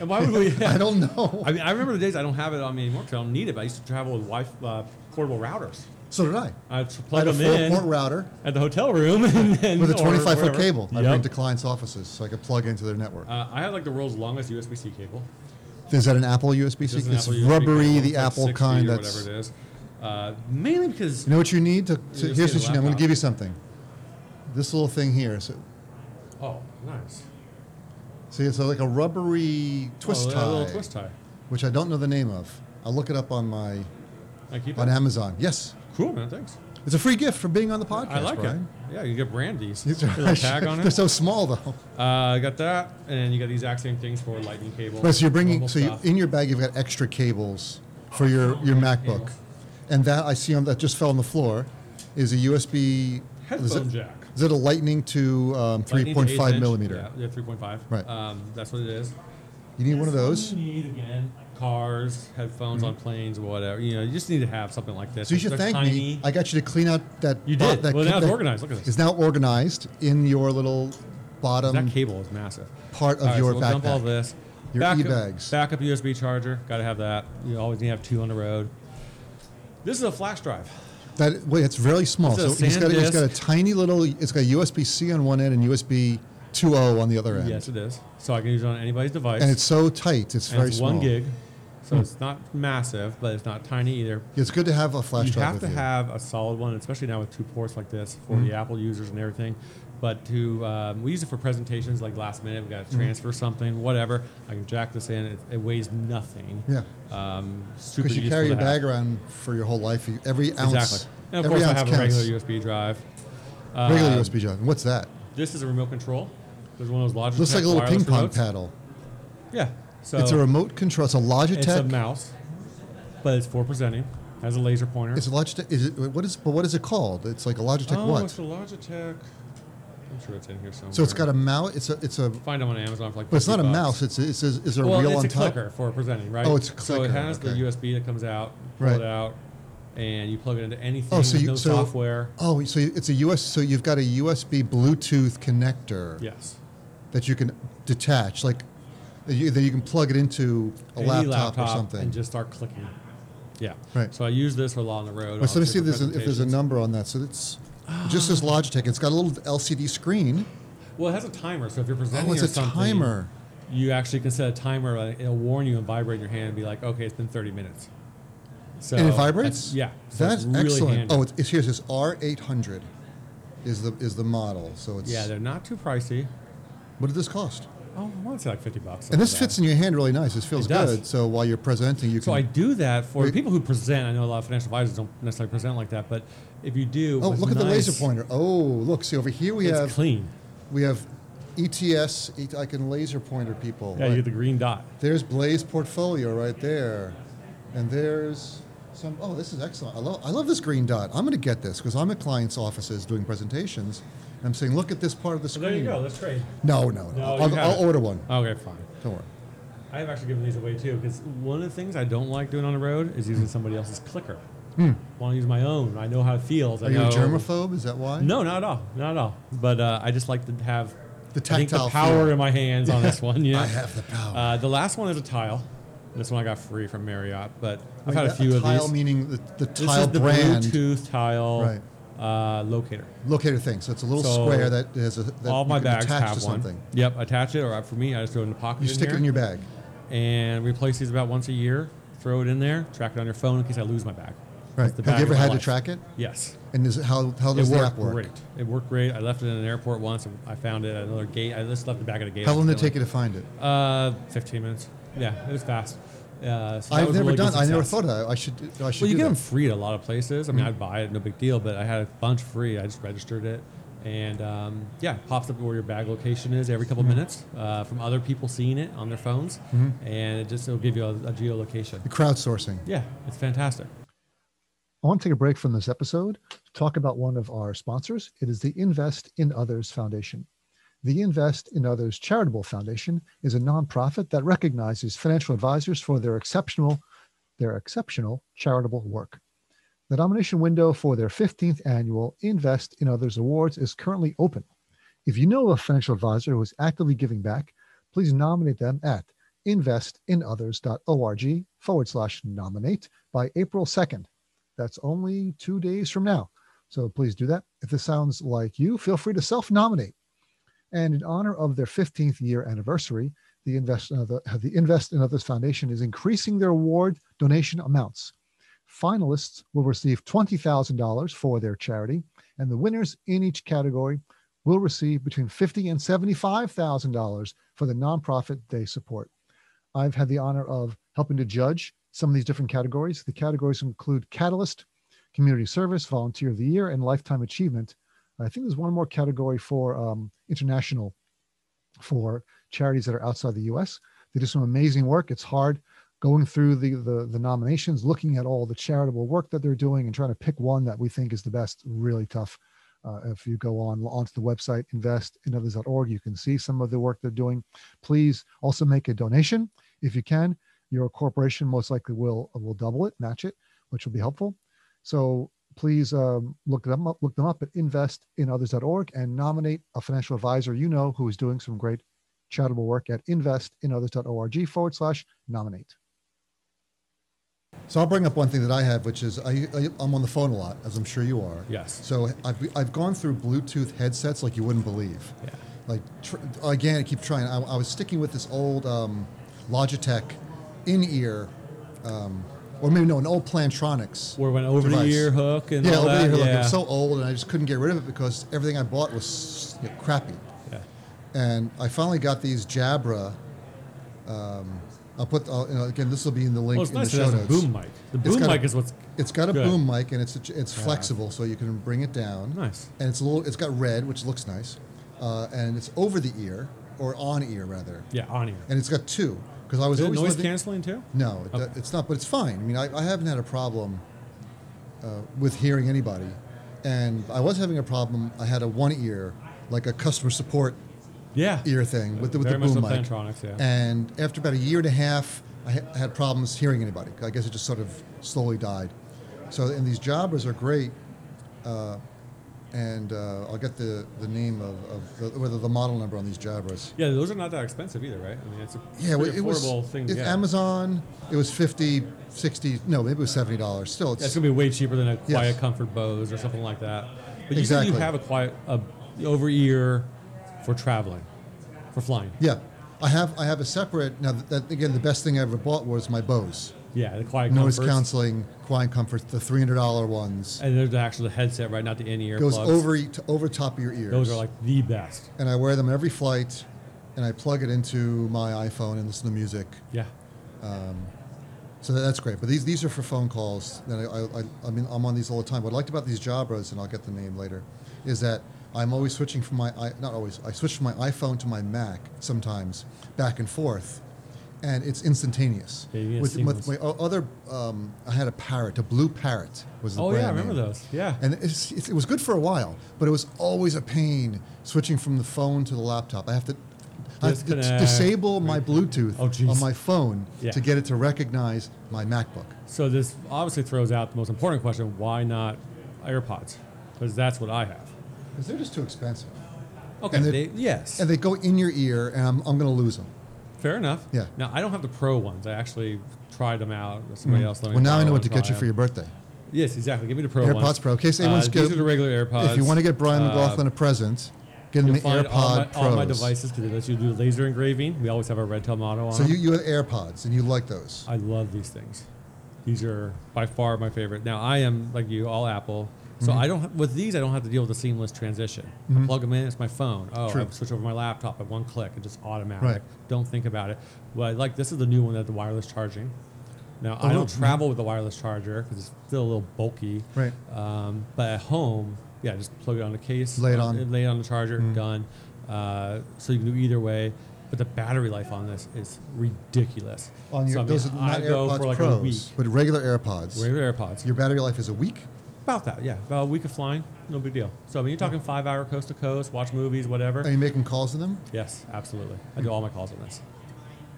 Speaker 2: and why would we?
Speaker 1: I don't know.
Speaker 2: I mean, I remember the days I don't have it on me anymore because I don't need it. But I used to travel with wife uh, portable routers.
Speaker 1: so did I.
Speaker 2: I'd s-
Speaker 1: I had
Speaker 2: plug
Speaker 1: a
Speaker 2: them in
Speaker 1: four-port router
Speaker 2: at the hotel room and then
Speaker 1: with a
Speaker 2: or
Speaker 1: 25-foot
Speaker 2: wherever.
Speaker 1: cable. I
Speaker 2: Yep.
Speaker 1: bring to clients' offices so I could plug into their network.
Speaker 2: uh, I had like the world's longest USB-C cable.
Speaker 1: Is that an Apple USB-C?
Speaker 2: Just an
Speaker 1: It's
Speaker 2: Apple USB
Speaker 1: rubbery,
Speaker 2: cable,
Speaker 1: the
Speaker 2: like
Speaker 1: Apple
Speaker 2: six feet
Speaker 1: kind.
Speaker 2: or
Speaker 1: That's
Speaker 2: whatever it is. Uh, mainly because
Speaker 1: You know what you need to.
Speaker 2: just
Speaker 1: to
Speaker 2: need
Speaker 1: here's
Speaker 2: a
Speaker 1: what you need. I'm going
Speaker 2: laptop.
Speaker 1: to give you something. This little thing here. So,
Speaker 2: oh, nice
Speaker 1: see, it's like a rubbery twist
Speaker 2: oh,
Speaker 1: tie,
Speaker 2: a little twist tie.
Speaker 1: which I don't know the name of. I'll look it up on my
Speaker 2: I keep
Speaker 1: on
Speaker 2: it.
Speaker 1: Amazon. Yes,
Speaker 2: cool man, thanks.
Speaker 1: it's a free gift for being on the podcast.
Speaker 2: I like
Speaker 1: Brian.
Speaker 2: it. Yeah, you get brand these.
Speaker 1: These are-
Speaker 2: Little tag on
Speaker 1: They're
Speaker 2: it.
Speaker 1: so small though.
Speaker 2: Uh, I got that, and you got the exact same things for lightning cable.
Speaker 1: Right, so you're bringing.
Speaker 2: normal
Speaker 1: So you,
Speaker 2: stuff. Oh,
Speaker 1: in your bag, you've got extra cables for your your MacBook,
Speaker 2: Cables.
Speaker 1: and that I see on that just fell on the floor, is a USB. is
Speaker 2: Headphone
Speaker 1: it-
Speaker 2: jack.
Speaker 1: Is it a Lightning to um,
Speaker 2: Lightning to eighth
Speaker 1: 3.5
Speaker 2: inch.
Speaker 1: millimeter?
Speaker 2: Yeah, yeah, 3.5.
Speaker 1: Right.
Speaker 2: Um, that's what it is.
Speaker 1: You need one of those. Mm-hmm.
Speaker 2: You need again cars, headphones on planes, whatever. You know, you just need to have something like this.
Speaker 1: So you should
Speaker 2: They're
Speaker 1: thank me. I got you to clean out that.
Speaker 2: You
Speaker 1: bo-
Speaker 2: did.
Speaker 1: That
Speaker 2: Well,
Speaker 1: ca-
Speaker 2: now it's
Speaker 1: that
Speaker 2: organized. Look at this.
Speaker 1: Is now organized in your little
Speaker 2: that
Speaker 1: bottom.
Speaker 2: cable is massive.
Speaker 1: part of
Speaker 2: All
Speaker 1: your
Speaker 2: so we'll Dump all
Speaker 1: backpack.
Speaker 2: this.
Speaker 1: Your
Speaker 2: backup,
Speaker 1: e-bags.
Speaker 2: Backup USB charger. Got to have that. You always need to have two on the road. This is a flash drive.
Speaker 1: That wait, it's really small.
Speaker 2: It's
Speaker 1: So
Speaker 2: a
Speaker 1: it's got, a- it's
Speaker 2: SanDisk.
Speaker 1: got a tiny little. It's got USB C on one end and USB 2.0 on the other end.
Speaker 2: Yes, it is. So I can use it on anybody's device.
Speaker 1: And it's so tight. It's
Speaker 2: And
Speaker 1: very
Speaker 2: it's
Speaker 1: small. Hmm.
Speaker 2: one gig. So it's not massive, but it's not tiny either.
Speaker 1: It's good to have a flash
Speaker 2: you
Speaker 1: drive
Speaker 2: have
Speaker 1: with Mm-hmm.
Speaker 2: to
Speaker 1: you.
Speaker 2: have a solid one, especially now with two ports like this for the Apple users and everything. But to um, we use it for presentations like last minute, we got
Speaker 1: Mm-hmm.
Speaker 2: to transfer something, whatever. I can jack this in. It, it weighs nothing.
Speaker 1: Yeah.
Speaker 2: Um, super
Speaker 1: because you
Speaker 2: useful
Speaker 1: carry
Speaker 2: to
Speaker 1: your
Speaker 2: have.
Speaker 1: bag around for your whole life. You- Every ounce.
Speaker 2: Exactly. And of
Speaker 1: every
Speaker 2: course, I
Speaker 1: ounce
Speaker 2: have a
Speaker 1: counts.
Speaker 2: regular USB drive.
Speaker 1: Regular
Speaker 2: Um,
Speaker 1: USB drive. And What's that?
Speaker 2: This is a remote control. There's one of those Logitech
Speaker 1: Looks like a little ping
Speaker 2: wireless
Speaker 1: pong
Speaker 2: remotes.
Speaker 1: paddle.
Speaker 2: Yeah. So
Speaker 1: It's a remote control. It's a Logitech.
Speaker 2: it's a mouse, but it's for presenting. Has a laser pointer.
Speaker 1: It's a Logitech. Is it, what is? But what is it called? It's like a Logitech
Speaker 2: oh,
Speaker 1: what?
Speaker 2: it's a Logitech. I'm sure it's in here somewhere.
Speaker 1: So it's got a mouse. It's a. It's a.
Speaker 2: Find them on Amazon for like.
Speaker 1: But it's
Speaker 2: 50
Speaker 1: not a
Speaker 2: bucks.
Speaker 1: mouse. It's a, it's a, is there a
Speaker 2: well,
Speaker 1: wheel
Speaker 2: it's
Speaker 1: on
Speaker 2: a
Speaker 1: top?
Speaker 2: clicker for presenting, right?
Speaker 1: Oh, it's a
Speaker 2: So it
Speaker 1: clicker,
Speaker 2: has
Speaker 1: okay.
Speaker 2: the USB that comes out, pull
Speaker 1: Right.
Speaker 2: it out, and you plug it into anything.
Speaker 1: Oh, so
Speaker 2: with
Speaker 1: you
Speaker 2: no
Speaker 1: so
Speaker 2: software.
Speaker 1: Oh, so you- it's a US. So you've got a USB Bluetooth connector
Speaker 2: Yes.
Speaker 1: that you can detach, like that you, that you can plug it into a
Speaker 2: Any
Speaker 1: laptop, or something.
Speaker 2: and just start clicking. Yeah.
Speaker 1: Right.
Speaker 2: So I use this a lot on the road.
Speaker 1: Wait, so
Speaker 2: on
Speaker 1: let me see if
Speaker 2: different
Speaker 1: there's, a, if there's a
Speaker 2: presentations. Ah.
Speaker 1: number on that. So it's it just says Logitech. It's got a little LCD screen.
Speaker 2: Well, it has a timer, so if you're presenting
Speaker 1: Oh, it's
Speaker 2: or
Speaker 1: a
Speaker 2: something,
Speaker 1: timer.
Speaker 2: you actually can set a timer. uh, It'll warn you and vibrate in your hand and be like, okay, it's been 30 minutes. So
Speaker 1: and it
Speaker 2: Oh, that's-
Speaker 1: vibrates.
Speaker 2: Yeah. So
Speaker 1: that's
Speaker 2: it's really
Speaker 1: excellent.
Speaker 2: handy.
Speaker 1: Oh, it's, it's here's this R eight hundred, is the is the model. So it's
Speaker 2: yeah, they're not too pricey.
Speaker 1: What did this cost?
Speaker 2: Oh, I want to say like 50 bucks.
Speaker 1: And this
Speaker 2: something like
Speaker 1: fits
Speaker 2: that.
Speaker 1: in your hand really nice. This feels
Speaker 2: It does.
Speaker 1: good. So while you're presenting, you can.
Speaker 2: So I do that for
Speaker 1: Wait.
Speaker 2: people who present. I know a lot of financial advisors don't necessarily present like that, but if you do,
Speaker 1: oh,
Speaker 2: what's
Speaker 1: look at the laser
Speaker 2: nice,
Speaker 1: pointer. Oh, look. See over here we
Speaker 2: It's
Speaker 1: have
Speaker 2: clean.
Speaker 1: we have ETS. E- I can laser pointer people.
Speaker 2: Yeah,
Speaker 1: Right.
Speaker 2: you get the green dot.
Speaker 1: There's Blaze Portfolio right there, and there's some. Oh, this is excellent. I love I love this green dot. I'm going to get this because I'm at clients' offices doing presentations. And I'm saying, look at this part of the
Speaker 2: So
Speaker 1: screen.
Speaker 2: there you go. Let's trade.
Speaker 1: No, no, no.
Speaker 2: No, you
Speaker 1: I'll,
Speaker 2: have
Speaker 1: I'll
Speaker 2: it.
Speaker 1: order one.
Speaker 2: Okay, fine.
Speaker 1: Don't worry.
Speaker 2: I have actually given these away too because one of the things I don't like doing on the road is using somebody else's clicker. Want to use my own? I know how it feels. I
Speaker 1: Hmm. Are you
Speaker 2: know.
Speaker 1: a germaphobe? Is that why?
Speaker 2: No, not at all. Not at all. But uh, I just like to have
Speaker 1: The
Speaker 2: I think
Speaker 1: tactile
Speaker 2: the power
Speaker 1: feel.
Speaker 2: in my hands on this one. Yeah,
Speaker 1: I have the power.
Speaker 2: Uh, the last one is a tile. This one I got free from Marriott, but I've
Speaker 1: Wait,
Speaker 2: had a
Speaker 1: that-
Speaker 2: few of
Speaker 1: Oh, tile
Speaker 2: these.
Speaker 1: meaning the, the
Speaker 2: This
Speaker 1: tile
Speaker 2: is the
Speaker 1: brand
Speaker 2: Bluetooth tile
Speaker 1: Right.
Speaker 2: uh, locator.
Speaker 1: locator thing. So it's a little
Speaker 2: So,
Speaker 1: square that has a that
Speaker 2: All
Speaker 1: you
Speaker 2: my
Speaker 1: can
Speaker 2: bags
Speaker 1: attach
Speaker 2: have
Speaker 1: to
Speaker 2: one.
Speaker 1: something.
Speaker 2: Yep, attach it, or for me, I just throw it in the pocket.
Speaker 1: You stick it in your bag.
Speaker 2: and replace these about once a year. Throw it in there, track it on your phone in case I lose my bag.
Speaker 1: Right.
Speaker 2: It's the
Speaker 1: Have
Speaker 2: bag
Speaker 1: you ever
Speaker 2: of my
Speaker 1: had to
Speaker 2: life.
Speaker 1: track it?
Speaker 2: Yes.
Speaker 1: And is it, how how does
Speaker 2: it
Speaker 1: the
Speaker 2: worked
Speaker 1: app work?
Speaker 2: great. It worked great. I left it in an airport once. And I found it at another gate. I just left it back at a gate.
Speaker 1: How
Speaker 2: I was
Speaker 1: long did it
Speaker 2: feeling-
Speaker 1: take you to find it?
Speaker 2: Uh, 15 minutes. Yeah, it was fast. Uh, so that
Speaker 1: I've
Speaker 2: was
Speaker 1: never
Speaker 2: a really good
Speaker 1: done. I never
Speaker 2: success.
Speaker 1: thought of it. I should. I should do
Speaker 2: Well, you get
Speaker 1: that. Mm-hmm.
Speaker 2: them free at a lot of places. I mean, I'd buy it, no big deal, but I had a bunch free. I just registered it, and um, yeah, pops up where your bag location is every
Speaker 1: Mm-hmm.
Speaker 2: couple minutes uh, from other people seeing it on their phones, and it just will give you a, a geolocation.
Speaker 1: Crowdsourcing.
Speaker 2: Yeah, it's fantastic.
Speaker 3: I want to take a break from this episode to talk about one of our sponsors. It is the Invest in Others Foundation. The Invest in Others Charitable Foundation is a nonprofit that recognizes financial advisors for their exceptional, their exceptional charitable work. The nomination window for their 15th annual Invest in Others Awards is currently open. If you know of a financial advisor who is actively giving back, please nominate them at investinothers.org forward slash nominate by April 2nd. That's only two days from now. So please do that. If this sounds like you, feel free to self nominate. And in honor of their 15th year anniversary, the Invest, in Other, the Invest in Others Foundation is increasing their award donation amounts. Finalists will receive $20,000 for their charity, and the winners in each category will receive between $50,000 and $75,000 for the nonprofit they support. I've had the honor of helping to judge some of these different categories. The categories include Catalyst, Community Service, Volunteer of the Year, and Lifetime Achievement. I think there's one more category for um, international for charities that are outside the US. They do some amazing work. It's hard going through the, the, the nominations, looking at all the charitable work that they're doing, and trying to pick one that we think is the best. Really tough. Uh, if you go on onto the website investinothers.org, you can see some of the work they're doing. Please also make a donation if you can your corporation most likely will will double it, match it, which will be helpful. So please um, look them up, look them up at investinothers.org and nominate a financial advisor you know who is doing some great charitable work at investinothers.org forward slash nominate.
Speaker 1: So I'll bring up one thing that I have, which is I, I, I'm on the phone a lot, as I'm sure you are.
Speaker 2: Yes.
Speaker 1: So I've, I've gone through Bluetooth headsets like you wouldn't believe.
Speaker 2: Yeah.
Speaker 1: Like, tr- again, I keep trying. I, I was sticking with this old um, Logitech in ear, um, or maybe no, an old Plantronics.
Speaker 2: Where it went over the
Speaker 1: device.
Speaker 2: ear hook and
Speaker 1: Yeah, over
Speaker 2: all that.
Speaker 1: the ear hook. It
Speaker 2: yeah.
Speaker 1: was so old, and I just couldn't get rid of it because everything I bought was you know, crappy.
Speaker 2: yeah.
Speaker 1: And I finally got these Jabra. Um, I'll put I'll, you know, again. This will be in the link
Speaker 2: Well, it's
Speaker 1: in
Speaker 2: nice
Speaker 1: the
Speaker 2: it
Speaker 1: show
Speaker 2: has a
Speaker 1: notes.
Speaker 2: boom mic. The
Speaker 1: It's
Speaker 2: boom
Speaker 1: got a-
Speaker 2: mic is what's
Speaker 1: It's got a
Speaker 2: Good.
Speaker 1: boom mic and it's it's flexible, so you can bring it down.
Speaker 2: Nice.
Speaker 1: And it's a little. It's got red, which looks nice, uh, and it's over the ear or on ear rather.
Speaker 2: yeah on ear.
Speaker 1: And it's got two because I was
Speaker 2: Is it
Speaker 1: always
Speaker 2: noise
Speaker 1: living-
Speaker 2: canceling too?
Speaker 1: No, it,
Speaker 2: Okay.
Speaker 1: it's not. But it's fine. I mean, I, I haven't had a problem uh, with hearing anybody, and I was having a problem. I had a one ear, like a customer support
Speaker 2: Yeah.
Speaker 1: ear thing with the, with
Speaker 2: Very
Speaker 1: the
Speaker 2: much
Speaker 1: boom
Speaker 2: the
Speaker 1: mic.
Speaker 2: Plantronics, yeah.
Speaker 1: And after about a year and a half, I ha- had problems hearing anybody. I guess it just sort of slowly died. So, and these jobbers are great. Uh, and uh, I'll get the, the name of, of the, whether the model number on these jobbers.
Speaker 2: Yeah, those are not that expensive either, right? I mean, it's a
Speaker 1: Yeah, well,
Speaker 2: pretty
Speaker 1: it was
Speaker 2: affordable thing. to
Speaker 1: it's
Speaker 2: get.
Speaker 1: Amazon. It was 50, 60, no, maybe it was seventy dollars. Still,
Speaker 2: That's
Speaker 1: it's
Speaker 2: gonna be way cheaper than a Quiet
Speaker 1: Yes.
Speaker 2: Comfort Bose or something like that. But you said
Speaker 1: Exactly.
Speaker 2: you have a quiet a over ear for traveling, for flying.
Speaker 1: yeah. I have I have a separate now. That, again, the best thing I ever bought was my Bose
Speaker 2: Yeah, the Quiet
Speaker 1: noise
Speaker 2: Comfort.
Speaker 1: counseling, quiet comfort, the three hundred dollar ones.
Speaker 2: And there's actually the headset, right? Not the in ear.
Speaker 1: goes
Speaker 2: plugs.
Speaker 1: over to over top of your ears.
Speaker 2: Those are like the best.
Speaker 1: and I wear them every flight, and I plug it into my iPhone and listen to music.
Speaker 2: Yeah.
Speaker 1: So that, that's great. But these these are for phone calls. Then I, I, I, I mean I'm on these all the time. What I liked about these Jabras, and I'll get the name later, is that I'm always switching from my i- not always I switch from my iPhone to my Mac sometimes back and forth, and it's instantaneous.
Speaker 2: Yeah, you get
Speaker 1: with,
Speaker 2: seamless.
Speaker 1: with my o- other, um, I had a parrot, a blue parrot was the
Speaker 2: Oh
Speaker 1: brand
Speaker 2: yeah, I remember
Speaker 1: name.
Speaker 2: those. Yeah.
Speaker 1: And it's, it's, it was good for a while, but it was always a pain switching from the phone to the laptop. I have to, I have to
Speaker 2: Disconnect.
Speaker 1: disable my Bluetooth
Speaker 2: Oh, jeez.
Speaker 1: on my phone
Speaker 2: Yeah.
Speaker 1: to get it to recognize my MacBook.
Speaker 2: So this obviously throws out the most important question: Why not AirPods? Because that's what I have.
Speaker 1: Because they're just too expensive.
Speaker 2: Okay.
Speaker 1: And
Speaker 2: they,
Speaker 1: they-
Speaker 2: yes.
Speaker 1: And they go in your ear, and I'm, I'm going to lose them.
Speaker 2: Fair enough.
Speaker 1: Yeah.
Speaker 2: Now I don't have the pro ones. I actually tried them out. with Somebody else. let
Speaker 1: Mm.
Speaker 2: me
Speaker 1: Well, now I
Speaker 2: borrow
Speaker 1: know what to
Speaker 2: and
Speaker 1: get
Speaker 2: try
Speaker 1: you for your
Speaker 2: them.
Speaker 1: birthday.
Speaker 2: Yes, exactly. Give me the pro
Speaker 1: AirPods
Speaker 2: ones.
Speaker 1: Pro. In case
Speaker 2: Uh,
Speaker 1: anyone's
Speaker 2: these
Speaker 1: good-
Speaker 2: are the regular AirPods.
Speaker 1: If you want to get Brian
Speaker 2: Uh,
Speaker 1: McLaughlin a present, get him
Speaker 2: you'll
Speaker 1: the
Speaker 2: find all my,
Speaker 1: AirPod
Speaker 2: all my
Speaker 1: Pros.
Speaker 2: devices because it lets you do laser engraving. We always have our red tail motto on.
Speaker 1: So
Speaker 2: them.
Speaker 1: you, you have AirPods, and you like those.
Speaker 2: I love these things. These are by far my favorite. Now I am like you, all Apple. So
Speaker 1: Mm-hmm.
Speaker 2: I don't ha- with these I don't have to deal with the seamless transition. I plug them in, it's my phone. Oh, I
Speaker 1: True.
Speaker 2: switch over my laptop at one click. It's just automatic.
Speaker 1: Right.
Speaker 2: Don't think about it. But like this is the new one that the wireless charging. Now I
Speaker 1: Oh,
Speaker 2: don't
Speaker 1: mhm.
Speaker 2: travel with a wireless charger because it's still a little bulky.
Speaker 1: Right.
Speaker 2: Um, but at home yeah, just plug it on a case, uh,
Speaker 1: Lay it on. Mm-hmm.
Speaker 2: lay it on the charger, done. Uh, so you can do either way. But the battery life on this is ridiculous.
Speaker 1: On your,
Speaker 2: so, I mean,
Speaker 1: those are not
Speaker 2: I go
Speaker 1: AirPods
Speaker 2: for like
Speaker 1: Pros,
Speaker 2: a week.
Speaker 1: but regular AirPods.
Speaker 2: Regular AirPods.
Speaker 1: Your battery life is a week.
Speaker 2: About that, yeah. About a week of flying, no big deal. So I mean, you're talking five hour coast to coast, watch movies, whatever.
Speaker 1: Are you making calls to them?
Speaker 2: Yes, absolutely. I do all my calls on this.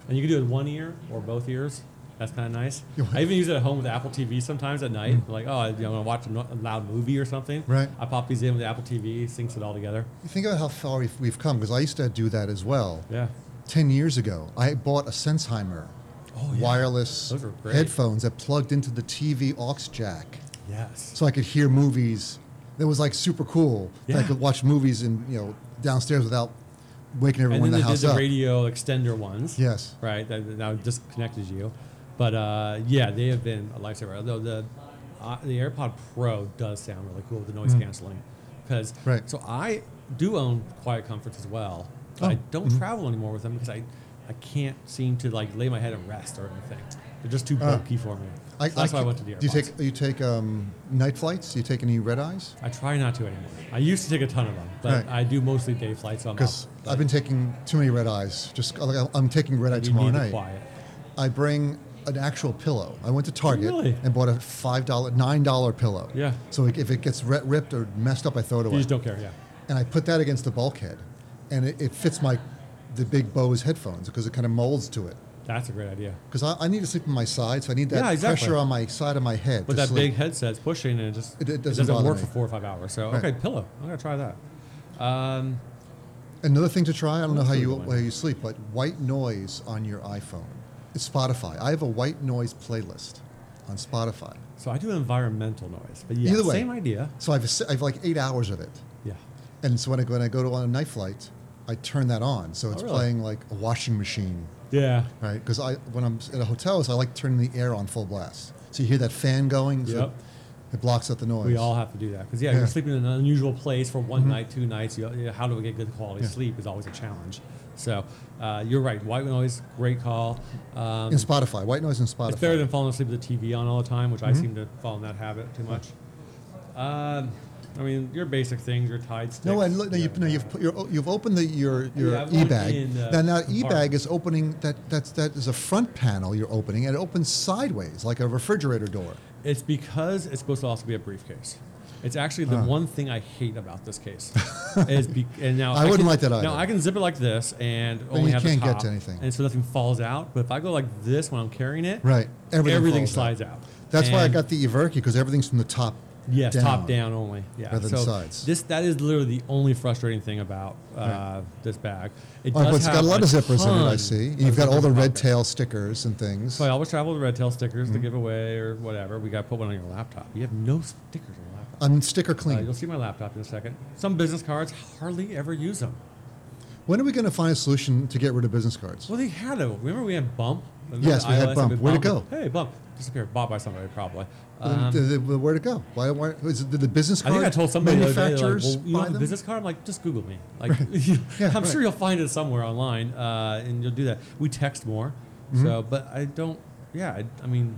Speaker 2: And you can do it in one ear or both ears. That's kind of nice. I even use it at home with Apple TV sometimes at night. Like, oh, I, you know, want to watch a, no- a loud movie or something.
Speaker 1: Mm. Right.
Speaker 2: I pop these in with the Apple TV, syncs it all together.
Speaker 1: Think about how far we've, we've come because I used to do that as well.
Speaker 2: Yeah.
Speaker 1: Ten years ago, I bought a Sennheimer
Speaker 2: Oh, yeah.
Speaker 1: wireless
Speaker 2: Those are great.
Speaker 1: headphones that plugged into the TV aux jack,
Speaker 2: Yes.
Speaker 1: so I could hear movies. That was like super cool. That I
Speaker 2: Yeah.
Speaker 1: could watch movies in you know downstairs without waking
Speaker 2: And
Speaker 1: everyone
Speaker 2: then
Speaker 1: in the
Speaker 2: they did
Speaker 1: house
Speaker 2: the
Speaker 1: up.
Speaker 2: radio extender ones.
Speaker 1: Yes.
Speaker 2: Right. That that now disconnected you, but uh, yeah, they have been a lifesaver. Although the uh, the AirPod Pro does sound really cool with the noise canceling, because
Speaker 1: Hmm. Right.
Speaker 2: So I do own Quiet Comforts as well. But
Speaker 1: Oh,
Speaker 2: I don't
Speaker 1: mm-hmm.
Speaker 2: travel anymore with them because I I can't seem to like lay my head and rest or anything. They're just too bulky for me.
Speaker 1: Uh, I,
Speaker 2: That's why I
Speaker 1: ca-
Speaker 2: went to the AirPods.
Speaker 1: Do you take you take um, night flights? Do you take any red eyes?
Speaker 2: I try not to anymore. I used to take a ton of them, but
Speaker 1: Right.
Speaker 2: I do mostly day flights. So I'm
Speaker 1: Because
Speaker 2: out.
Speaker 1: I've been taking too many red eyes. Just like I'm- I'm taking red eye
Speaker 2: you
Speaker 1: tomorrow
Speaker 2: need the
Speaker 1: night.
Speaker 2: quiet.
Speaker 1: I bring an actual pillow. I went to Target
Speaker 2: Really?
Speaker 1: and bought a five dollar, nine dollar pillow.
Speaker 2: Yeah.
Speaker 1: So if it gets ri- ripped or messed up, I throw it
Speaker 2: You
Speaker 1: away.
Speaker 2: just don't care. Yeah.
Speaker 1: And I put that against the bulkhead, and it, it fits my the big Bose headphones because it kind of molds to it.
Speaker 2: That's a great idea.
Speaker 1: Because I, I need to sleep on my side, so I need that
Speaker 2: Yeah, exactly.
Speaker 1: pressure on my side of my head.
Speaker 2: But
Speaker 1: to
Speaker 2: that
Speaker 1: sleep.
Speaker 2: big headset's pushing, and it just
Speaker 1: It- it
Speaker 2: it,
Speaker 1: doesn't
Speaker 2: doesn't,
Speaker 1: bother
Speaker 2: work
Speaker 1: me.
Speaker 2: for four or five hours. So
Speaker 1: Right.
Speaker 2: okay, pillow. I'm gonna try that. Um,
Speaker 1: Another thing to try, I don't know how
Speaker 2: That's a
Speaker 1: you
Speaker 2: good
Speaker 1: how
Speaker 2: one.
Speaker 1: you sleep, but white noise on your iPhone. It's Spotify. I have a white noise playlist on Spotify.
Speaker 2: so I do environmental noise, but yeah,
Speaker 1: Either way.
Speaker 2: same idea.
Speaker 1: So I've s- I've like eight hours of it,
Speaker 2: Yeah,
Speaker 1: and so when I go, when I go to on a night flight, I turn that on, so it's
Speaker 2: Oh, really?
Speaker 1: playing like a washing machine,
Speaker 2: yeah,
Speaker 1: right? Because I when I'm s- at a hotel, so I like turning the air on full blast, so you hear that fan going. So
Speaker 2: Yep.
Speaker 1: It blocks out the noise.
Speaker 2: we all have to do that because yeah,
Speaker 1: Yeah. Mm-hmm.
Speaker 2: you're sleeping in an unusual place for one night, two nights. You, you- how do we get good quality sleep is always a challenge. So uh, you're right. White noise, great call. Um,
Speaker 1: in Spotify, white noise in Spotify.
Speaker 2: It's better than falling asleep with the TV on all the time, which
Speaker 1: Mm-hmm.
Speaker 2: I seem to fall in that habit too much. Um, I mean, your basic things, your tied sticks.
Speaker 1: No, and look, no, you,
Speaker 2: your,
Speaker 1: no,
Speaker 2: uh,
Speaker 1: you've put, you're, you've opened the, your your
Speaker 2: Yeah, I've
Speaker 1: e
Speaker 2: looked
Speaker 1: bag.
Speaker 2: in uh, the
Speaker 1: Now, now e bag
Speaker 2: compartment.
Speaker 1: is opening that that's that is a front panel you're opening, and it opens sideways like a refrigerator door.
Speaker 2: It's because it's supposed to also be a briefcase. It's actually the one thing I hate about this case. is be- and now
Speaker 1: I wouldn't
Speaker 2: can-
Speaker 1: like that either.
Speaker 2: Now I can zip it like this and only
Speaker 1: you
Speaker 2: have
Speaker 1: can't
Speaker 2: the
Speaker 1: get
Speaker 2: top,
Speaker 1: to anything.
Speaker 2: and so nothing falls out. But if I go like this when I'm carrying it,
Speaker 1: Right, everything
Speaker 2: everything,
Speaker 1: falls
Speaker 2: slides out.
Speaker 1: That's why I
Speaker 2: And-
Speaker 1: got the Everki because everything's from the top.
Speaker 2: Yes, top down only. Yeah.
Speaker 1: rather than
Speaker 2: so
Speaker 1: sides.
Speaker 2: This that is literally the only frustrating thing about uh, this bag. It
Speaker 1: Oh, but
Speaker 2: does
Speaker 1: it's got
Speaker 2: have
Speaker 1: a lot of zippers in it. I
Speaker 2: ton
Speaker 1: see.
Speaker 2: of
Speaker 1: And you've got all
Speaker 2: zippers
Speaker 1: the
Speaker 2: in
Speaker 1: red Mm-hmm.
Speaker 2: pockets.
Speaker 1: tail stickers and things.
Speaker 2: So I always travel with red tail stickers to give away or whatever. We got to put one on your laptop. You have no stickers on your laptop.
Speaker 1: I'm Um, sticker
Speaker 2: Uh,
Speaker 1: clean.
Speaker 2: you'll see my laptop in a second. Some business cards hardly ever use them.
Speaker 1: when are we going to find a solution to get rid of business cards?
Speaker 2: Well, they had a remember we had bump. Remember
Speaker 1: Yes, we had
Speaker 2: iOS
Speaker 1: Bump.
Speaker 2: and
Speaker 1: Where'd it go?
Speaker 2: Hey, bump disappeared. Bought by somebody probably.
Speaker 1: Well,
Speaker 2: Um,
Speaker 1: then th- th- where'd it go? Why? why is it, did the business
Speaker 2: I
Speaker 1: card
Speaker 2: think I told somebody the other day, like,
Speaker 1: manufacturers
Speaker 2: well, you
Speaker 1: buy
Speaker 2: want a
Speaker 1: them?
Speaker 2: business card? I'm like, just Google me. Like, I'm
Speaker 1: right.
Speaker 2: sure you'll find it somewhere online, uh, and you'll do that. We text more, so but I don't. Yeah, I, I mean,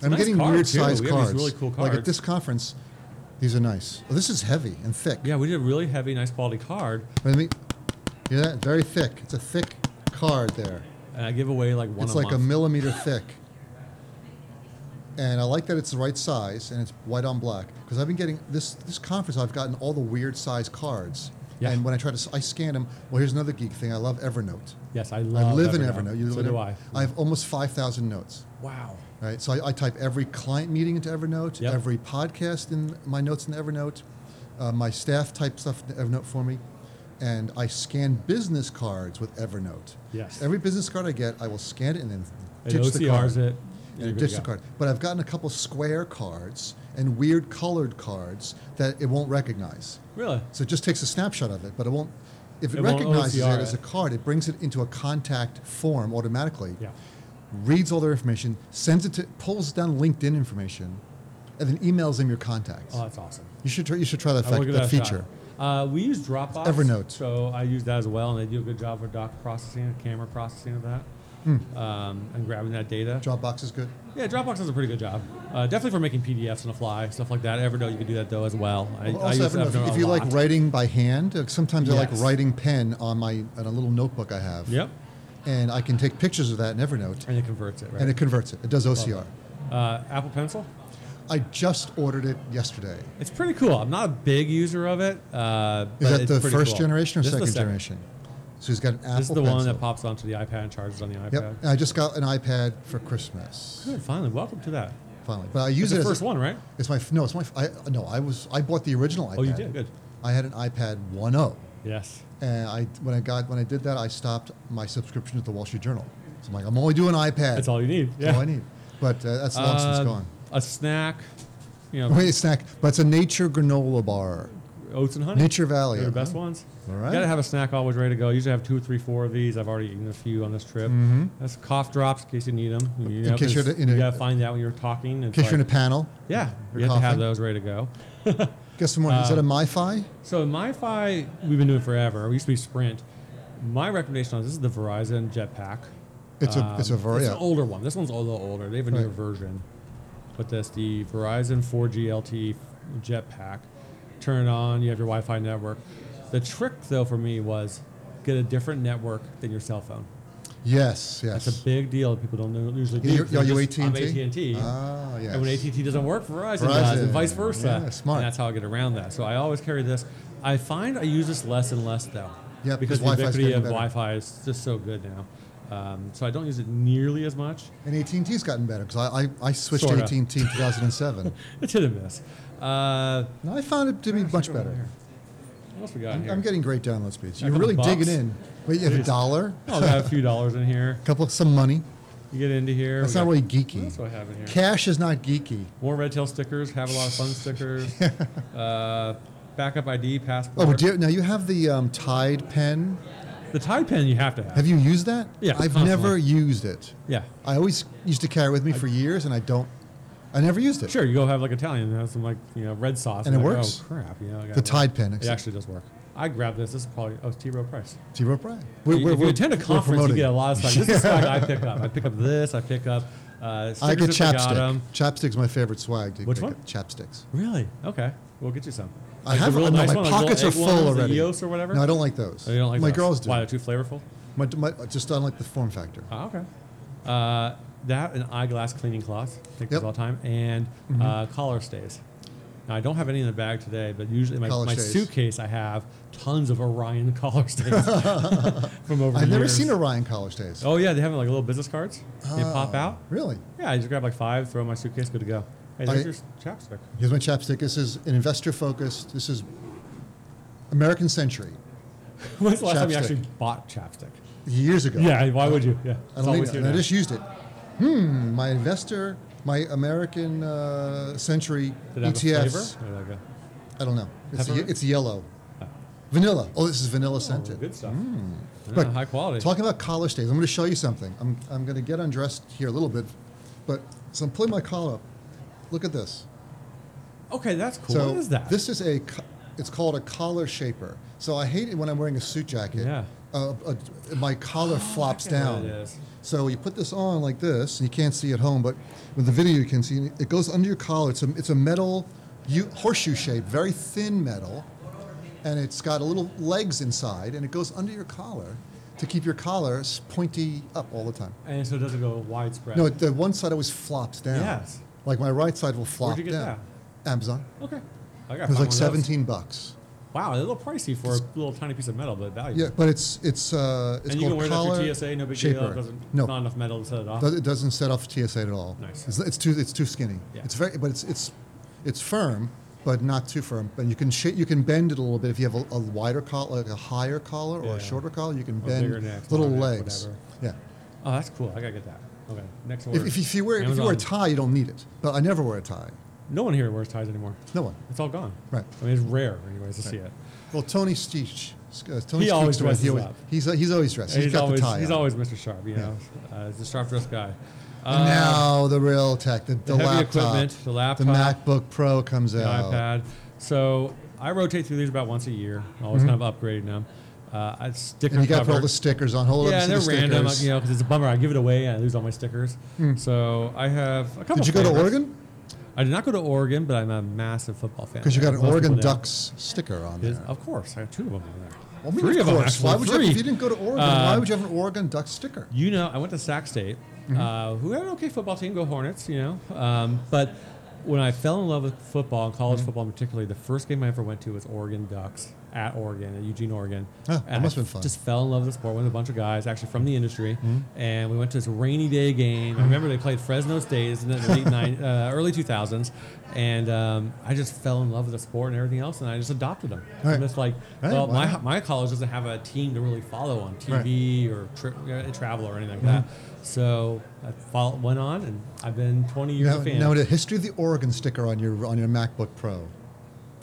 Speaker 2: it's
Speaker 1: Mm-hmm.
Speaker 2: a
Speaker 1: I'm
Speaker 2: nice
Speaker 1: getting
Speaker 2: card,
Speaker 1: weird
Speaker 2: too.
Speaker 1: sized
Speaker 2: We have
Speaker 1: cards.
Speaker 2: These really cool cards.
Speaker 1: Like at this conference, these are nice. Oh, this is heavy and thick.
Speaker 2: yeah, we did a really heavy, nice quality card,
Speaker 1: Let me. Yeah, very thick. It's a thick card there.
Speaker 2: and I give away like one.
Speaker 1: it's
Speaker 2: a
Speaker 1: like a
Speaker 2: month.
Speaker 1: millimeter thick. And I like that it's the right size and it's white on black because I've been getting this this conference. I've gotten all the weird size cards.
Speaker 2: Yeah.
Speaker 1: And when I try to, s- I scan them. Well, here's another geek thing. I love Evernote.
Speaker 2: Yes, I love.
Speaker 1: I live in
Speaker 2: Evernote.
Speaker 1: Evernote. You
Speaker 2: so
Speaker 1: live in-
Speaker 2: do I.
Speaker 1: I have almost five thousand notes.
Speaker 2: Wow.
Speaker 1: right? So I, I type every client meeting into Evernote,
Speaker 2: Yep.
Speaker 1: every podcast in my notes in Evernote. Uh, my staff type stuff in Evernote for me, and I scan business cards with Evernote.
Speaker 2: Yes.
Speaker 1: Every business card I get, I will scan it and then
Speaker 2: It
Speaker 1: ditch the card.
Speaker 2: OCRs it.
Speaker 1: And ditch the card. But I've gotten a couple square cards and weird colored cards that it won't recognize.
Speaker 2: Really?
Speaker 1: So it just takes a snapshot of it, but it won't. If it,
Speaker 2: It won't
Speaker 1: recognizes it
Speaker 2: OCR
Speaker 1: as a
Speaker 2: it.
Speaker 1: card, it brings it into a contact form automatically.
Speaker 2: Yeah.
Speaker 1: Reads all their information, sends it to, pulls down LinkedIn information, and then emails them your contacts.
Speaker 2: Oh, that's awesome.
Speaker 1: you should try. You should try that,
Speaker 2: I
Speaker 1: fact,
Speaker 2: will give
Speaker 1: that
Speaker 2: a shot.
Speaker 1: feature.
Speaker 2: Uh, we use Dropbox.
Speaker 1: Evernote.
Speaker 2: So I use that as well, and they do a good job for doc processing and camera processing of that.
Speaker 1: Hmm.
Speaker 2: um, and grabbing that data.
Speaker 1: Dropbox is good.
Speaker 2: Yeah, Dropbox does a pretty good job. Uh, definitely for making PDFs on the fly, stuff like that. Evernote, you can do that though as well. I, I
Speaker 1: Also,
Speaker 2: use
Speaker 1: Evernote, if,
Speaker 2: Evernote
Speaker 1: if
Speaker 2: a
Speaker 1: you like
Speaker 2: lot.
Speaker 1: writing by hand, uh, sometimes I like
Speaker 2: Yes.
Speaker 1: writing pen on my on a little notebook I have.
Speaker 2: Yep.
Speaker 1: And I can take pictures of that in Evernote,
Speaker 2: and it converts it. Right?
Speaker 1: and it converts it. It does OCR.
Speaker 2: uh, Apple Pencil.
Speaker 1: I just ordered it yesterday.
Speaker 2: It's pretty cool. I'm not a big user of it. Uh,
Speaker 1: Is
Speaker 2: but
Speaker 1: that
Speaker 2: it's
Speaker 1: the
Speaker 2: pretty
Speaker 1: first
Speaker 2: cool.
Speaker 1: generation or
Speaker 2: This is the
Speaker 1: second, generation? So he's got an Apple
Speaker 2: This is the
Speaker 1: pencil.
Speaker 2: one that pops onto the iPad and charges on the iPad.
Speaker 1: Yep. And I just got an iPad for Christmas.
Speaker 2: Good, finally, welcome to that.
Speaker 1: Finally, but I use
Speaker 2: It's
Speaker 1: it
Speaker 2: the
Speaker 1: as
Speaker 2: first
Speaker 1: a,
Speaker 2: one, right?
Speaker 1: It's my f- no. It's my f- I no. I was I bought the original iPad.
Speaker 2: Oh, you did, good.
Speaker 1: I had an iPad 1.0,
Speaker 2: Yes.
Speaker 1: and I when I got when I did that, I stopped my subscription to the Wall Street Journal. So I'm like, I'm only doing iPad.
Speaker 2: That's all you need.
Speaker 1: That's
Speaker 2: Yeah.
Speaker 1: all I need. But uh, that's long
Speaker 2: Uh,
Speaker 1: since gone.
Speaker 2: A snack, you know,
Speaker 1: Wait, a snack. But it's a nature granola bar.
Speaker 2: oats and honey.
Speaker 1: Nature Valley,
Speaker 2: They're the
Speaker 1: okay.
Speaker 2: best ones.
Speaker 1: All
Speaker 2: You
Speaker 1: right.
Speaker 2: gotta have a snack always ready to go. I usually have two, three, four of these. I've already eaten a few on this trip. That's cough drops in case you need them. You know,
Speaker 1: case
Speaker 2: 'cause
Speaker 1: you're Mm-hmm. in
Speaker 2: you
Speaker 1: a-
Speaker 2: gotta find out when you're talking.
Speaker 1: In case you're in a panel.
Speaker 2: yeah,
Speaker 1: you're
Speaker 2: you have to have
Speaker 1: coughing.
Speaker 2: those ready to go.
Speaker 1: Guess someone is
Speaker 2: Um,
Speaker 1: that a MiFi?
Speaker 2: So MiFi, we've been doing forever. We used to be Sprint. My recommendation on this is the Verizon Jetpack.
Speaker 1: It's a- it's a Ver-
Speaker 2: um, It's an
Speaker 1: yeah.
Speaker 2: older one. This one's a little older. They have a newer
Speaker 1: Right.
Speaker 2: version, but that's the Verizon 4G LTE Jetpack. Turn it on. You have your Wi-Fi network. The trick though for me was get a different network than your cell phone.
Speaker 1: Yes, yes.
Speaker 2: That's a big deal. that People don't know- usually do.
Speaker 1: Yeah, you're-
Speaker 2: They're
Speaker 1: are you
Speaker 2: just, I'm
Speaker 1: AT&T?
Speaker 2: AT&T.
Speaker 1: Ah,
Speaker 2: And when
Speaker 1: yes.
Speaker 2: AT&T doesn't work, Verizon, does,
Speaker 1: Verizon.
Speaker 2: and vice versa.
Speaker 1: Yeah, smart.
Speaker 2: And that's how I get around that. So I always carry this. I find I use this less and less though.
Speaker 1: Yeah, because
Speaker 2: because the
Speaker 1: Wi-Fi's
Speaker 2: ubiquity
Speaker 1: getting
Speaker 2: of
Speaker 1: better.
Speaker 2: Wi-Fi is just so good now. Um, so I don't use it nearly as much.
Speaker 1: and AT&T's gotten better because I, I, I switched
Speaker 2: Sorta.
Speaker 1: to AT&T in 2007.
Speaker 2: It's hit and miss. Uh,
Speaker 1: and I found it to be much better.
Speaker 2: What else we got here?
Speaker 1: I'm getting great download speeds.
Speaker 2: Got a
Speaker 1: You're
Speaker 2: couple
Speaker 1: really
Speaker 2: bucks?
Speaker 1: digging in. Wait, you have a dollar?
Speaker 2: Oh, I got a few dollars in here.
Speaker 1: a couple of some money.
Speaker 2: You get into here.
Speaker 1: That's
Speaker 2: we
Speaker 1: not
Speaker 2: got-
Speaker 1: really
Speaker 2: What else do I
Speaker 1: geeky.
Speaker 2: have in here?
Speaker 1: Cash is not geeky.
Speaker 2: More red tail stickers. Have a lot of fun stickers. uh, backup ID, passport.
Speaker 1: Oh, dear. Now you have the um, Tide pen.
Speaker 2: The Tide pen you have to have.
Speaker 1: Have you used that?
Speaker 2: Yeah,
Speaker 1: I've
Speaker 2: constantly.
Speaker 1: never used it.
Speaker 2: Yeah.
Speaker 1: I always used to carry it with me for years, and I don't. I never used it.
Speaker 2: Sure, you go have like Italian and have some like you know red sauce,
Speaker 1: And it
Speaker 2: like,
Speaker 1: works.
Speaker 2: Oh crap! You know, I gotta
Speaker 1: The
Speaker 2: work.
Speaker 1: Tide pen,
Speaker 2: It
Speaker 1: except-
Speaker 2: actually does work. I grabbed this. This is probably oh, it's T. Rowe Price.
Speaker 1: T. Rowe Price.
Speaker 2: if you attend a
Speaker 1: we're
Speaker 2: conference, you
Speaker 1: promoting.
Speaker 2: get a lot of stuff. This is swag I pick up. I pick up this. I pick up. Uh,
Speaker 1: I get
Speaker 2: stickers if got 'em.
Speaker 1: chapstick. Chapstick's my favorite swag. To
Speaker 2: Which
Speaker 1: pick
Speaker 2: one?
Speaker 1: up. Chapsticks.
Speaker 2: Really? Okay, we'll get you some.
Speaker 1: I
Speaker 2: Like the
Speaker 1: have
Speaker 2: real
Speaker 1: no,
Speaker 2: nice
Speaker 1: my
Speaker 2: one, like little
Speaker 1: pockets are
Speaker 2: egg
Speaker 1: full
Speaker 2: ones, the
Speaker 1: already.
Speaker 2: Eos or whatever.
Speaker 1: No, I don't like those.
Speaker 2: Oh, you don't like
Speaker 1: my
Speaker 2: those?
Speaker 1: girls do. Oh,
Speaker 2: Why? They're too flavorful.
Speaker 1: My, my, just don't like the form factor.
Speaker 2: Ah, okay. Uh, that and eyeglass cleaning cloths. I
Speaker 1: Yep.
Speaker 2: think
Speaker 1: Mm-hmm.
Speaker 2: those all the time. And uh, collar stays. Now, I don't have any in the bag today, but usually in my,
Speaker 1: Collar
Speaker 2: my
Speaker 1: stays.
Speaker 2: suitcase, I have tons of Orion collar stays from over
Speaker 1: I've
Speaker 2: the
Speaker 1: never
Speaker 2: years.
Speaker 1: seen Oh. Orion College Days.
Speaker 2: Oh, yeah. They have like little business cards. They pop out.
Speaker 1: Really?
Speaker 2: Yeah, I just grab like five, throw in my suitcase, good to go. Hey, there's
Speaker 1: I-
Speaker 2: your s- chapstick.
Speaker 1: Here's my chapstick. This is an investor focused. This is American Century.
Speaker 2: When's the last time you
Speaker 1: Chapstick.
Speaker 2: actually bought chapstick?
Speaker 1: Years ago.
Speaker 2: Yeah, why would you? Yeah,
Speaker 1: I, don't need it, and I just used it. Hmm. My investor, my American uh, Century
Speaker 2: Did it have
Speaker 1: ETFs.
Speaker 2: a flavor? Or, like, a-
Speaker 1: I don't know. It's, ye-
Speaker 2: Peppermint?
Speaker 1: it's yellow. Vanilla. Oh, this is vanilla scented.
Speaker 2: good stuff.
Speaker 1: Mm.
Speaker 2: Yeah,
Speaker 1: Look,
Speaker 2: high quality.
Speaker 1: Talking about college days, I'm going to show you something. I'm, I'm going to get undressed here a little bit, but so I'm pulling my collar up. Look at this.
Speaker 2: okay, that's cool.
Speaker 1: So
Speaker 2: what is that?
Speaker 1: This is a. co- It's called a collar shaper. So I hate it when I'm wearing a suit jacket.
Speaker 2: Yeah.
Speaker 1: Uh, uh, my collar flops
Speaker 2: get what
Speaker 1: down.
Speaker 2: it is.
Speaker 1: So you put this on like this, and you can't see at home, but with the video you can see. and It goes under your collar. It's a it's a metal, you, horseshoe shape, very thin metal, and it's got a little legs inside, and it goes under your collar to keep your collar s- pointy up all the time.
Speaker 2: and so it doesn't go widespread.
Speaker 1: No, the one side always flops down.
Speaker 2: Yes.
Speaker 1: Like my right side will flop
Speaker 2: you get
Speaker 1: down. Amazon.
Speaker 2: Okay. I got
Speaker 1: It was like 17 bucks.
Speaker 2: Wow, a little pricey for a little tiny piece of metal, but valuable.
Speaker 1: Yeah, but it's it's uh it's
Speaker 2: and you
Speaker 1: called
Speaker 2: can wear that
Speaker 1: collar
Speaker 2: through TSA, no big
Speaker 1: shaper.
Speaker 2: deal. It doesn't,
Speaker 1: no,
Speaker 2: not enough metal to set it off.
Speaker 1: does- it doesn't set off TSA at all.
Speaker 2: Nice.
Speaker 1: It's, it's too it's too skinny.
Speaker 2: Yeah.
Speaker 1: It's very but it's it's it's firm but not too firm. But you can sh- you can bend it a little bit if you have a, a wider collar, like a higher collar or
Speaker 2: Yeah.
Speaker 1: a shorter collar. You can
Speaker 2: Or
Speaker 1: bend
Speaker 2: bigger neck,
Speaker 1: little
Speaker 2: long neck,
Speaker 1: legs.
Speaker 2: whatever.
Speaker 1: Yeah.
Speaker 2: Oh, that's cool. I gotta get that. Okay, next order.
Speaker 1: If, if, if you wear if you wear a
Speaker 2: Amazon.
Speaker 1: tie, you don't need it. But I never wear a tie.
Speaker 2: no one here wears ties anymore.
Speaker 1: No one.
Speaker 2: It's all gone.
Speaker 1: Right.
Speaker 2: I mean, it's rare, anyways, to see it.
Speaker 1: Well, Tony Steech. Uh, Tony
Speaker 2: He always
Speaker 1: Steech, the way
Speaker 2: dresses
Speaker 1: always,
Speaker 2: up.
Speaker 1: He's, he's always dressed.
Speaker 2: And
Speaker 1: he's got
Speaker 2: always
Speaker 1: the tie.
Speaker 2: he's
Speaker 1: on.
Speaker 2: always Mr. Sharp. You know, uh, he's a sharp dressed guy.
Speaker 1: And now the real tech, the, the,
Speaker 2: heavy
Speaker 1: laptop,
Speaker 2: equipment, Uh, the laptop,
Speaker 1: the MacBook Pro comes
Speaker 2: the
Speaker 1: out.
Speaker 2: iPad. So I rotate through these about once a year. Always kind of upgrading them. Uh, I sticker
Speaker 1: Mm-hmm. And you got to put all
Speaker 2: covered.
Speaker 1: the stickers on. Hold
Speaker 2: yeah,
Speaker 1: up
Speaker 2: and
Speaker 1: to
Speaker 2: they're
Speaker 1: the
Speaker 2: random,
Speaker 1: stickers. Hmm.
Speaker 2: you know, because it's a bummer. I give it away and I lose all my stickers. So I have a couple.
Speaker 1: Did you go to
Speaker 2: favorites.
Speaker 1: Oregon?
Speaker 2: I did not go to Oregon, but I'm a massive football fan.
Speaker 1: Because you got an
Speaker 2: Most
Speaker 1: Oregon
Speaker 2: people know.
Speaker 1: Ducks sticker on
Speaker 2: Is-
Speaker 1: there.
Speaker 2: Of course, I have two of them over there.
Speaker 1: Well, I mean,
Speaker 2: Three
Speaker 1: of
Speaker 2: of, them.
Speaker 1: course.
Speaker 2: Actually.
Speaker 1: Why would you?
Speaker 2: Three.
Speaker 1: Have, if you didn't go to Oregon, why
Speaker 2: Uh,
Speaker 1: would you have an Oregon Ducks sticker?
Speaker 2: You know, I went to Sac State,
Speaker 1: Mm-hmm.
Speaker 2: uh, who had an okay football team, go Hornets, you know. Um, but when I fell in love with football, and college
Speaker 1: Mm-hmm.
Speaker 2: football in particular, the first game I ever went to was Oregon Ducks at Oregon, at Eugene, Oregon.
Speaker 1: Huh, that
Speaker 2: And
Speaker 1: must've
Speaker 2: I
Speaker 1: been fun.
Speaker 2: Just fell in love with the sport with a bunch of guys, actually from the industry. And we went to this rainy day game. I remember they played Fresno State in the late nine, uh, early 2000s. And um, I just fell in love with the sport and everything else, and I just adopted them.
Speaker 1: Right.
Speaker 2: I'm just like,
Speaker 1: Right,
Speaker 2: well,
Speaker 1: why
Speaker 2: my,
Speaker 1: not?
Speaker 2: my college doesn't have a team to really follow on TV or tri- uh, travel or anything like that. So I follow, went on, and I've been 20 years
Speaker 1: Now,
Speaker 2: a fan.
Speaker 1: now, the history of the Oregon sticker on your on your MacBook Pro.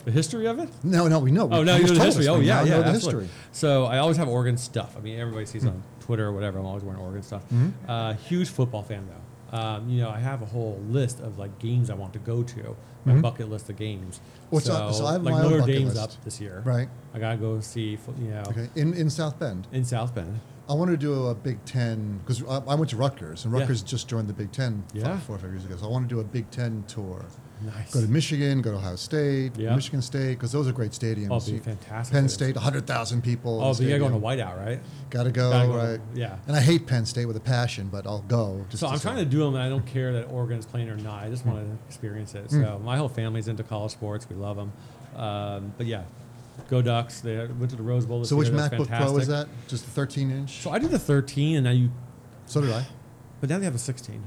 Speaker 2: the history of it?
Speaker 1: No, no, we know.
Speaker 2: Oh,
Speaker 1: We-
Speaker 2: no,
Speaker 1: you just
Speaker 2: you know the
Speaker 1: told
Speaker 2: history.
Speaker 1: us.
Speaker 2: Oh,
Speaker 1: We
Speaker 2: yeah,
Speaker 1: now
Speaker 2: yeah.
Speaker 1: know the
Speaker 2: absolutely.
Speaker 1: history.
Speaker 2: So I always have Oregon stuff. I mean, everybody sees on Twitter or whatever. I'm always wearing Oregon stuff.
Speaker 1: Mm-hmm.
Speaker 2: Uh, huge football fan, though. Um, you know, I have a whole list of like games I want to go to. My bucket list of games.
Speaker 1: Mm-hmm. What's
Speaker 2: so,
Speaker 1: on- so I have
Speaker 2: like
Speaker 1: my own
Speaker 2: Notre
Speaker 1: bucket
Speaker 2: Dame's
Speaker 1: list.
Speaker 2: up this year.
Speaker 1: Right.
Speaker 2: I gotta go see. fo- You know,
Speaker 1: Okay, in in South Bend,
Speaker 2: in South Bend.
Speaker 1: I wanted to do a Big Ten because I, I went to Rutgers, and
Speaker 2: Yeah.
Speaker 1: Rutgers just joined the Big Ten fi-
Speaker 2: Yeah.
Speaker 1: four or five years ago. So I want to do a Big Ten tour.
Speaker 2: Nice.
Speaker 1: Go to Michigan, go to Ohio State,
Speaker 2: Yeah.
Speaker 1: Michigan State, because those are great stadiums.
Speaker 2: Oh, it'd be
Speaker 1: You-
Speaker 2: fantastic
Speaker 1: Penn
Speaker 2: stadiums.
Speaker 1: State, hundred thousand people.
Speaker 2: Oh, so you gotta go on a
Speaker 1: stadium.
Speaker 2: whiteout, right?
Speaker 1: Gotta go,
Speaker 2: Gotta go,
Speaker 1: right?
Speaker 2: yeah.
Speaker 1: And I hate Penn State with a passion, but I'll go. Just
Speaker 2: So I'm trying to do them, and I don't care that Oregon's playing or not. I just want to experience it. So
Speaker 1: Hmm.
Speaker 2: my whole family's into college sports. We love them. Um, but yeah, go Ducks. They went to the Rose Bowl. This
Speaker 1: So which
Speaker 2: year. That's
Speaker 1: MacBook Pro
Speaker 2: fantastic.
Speaker 1: is that? Just the 13 inch.
Speaker 2: So I did the 13, and now you,
Speaker 1: so did I.
Speaker 2: but now they have a 16.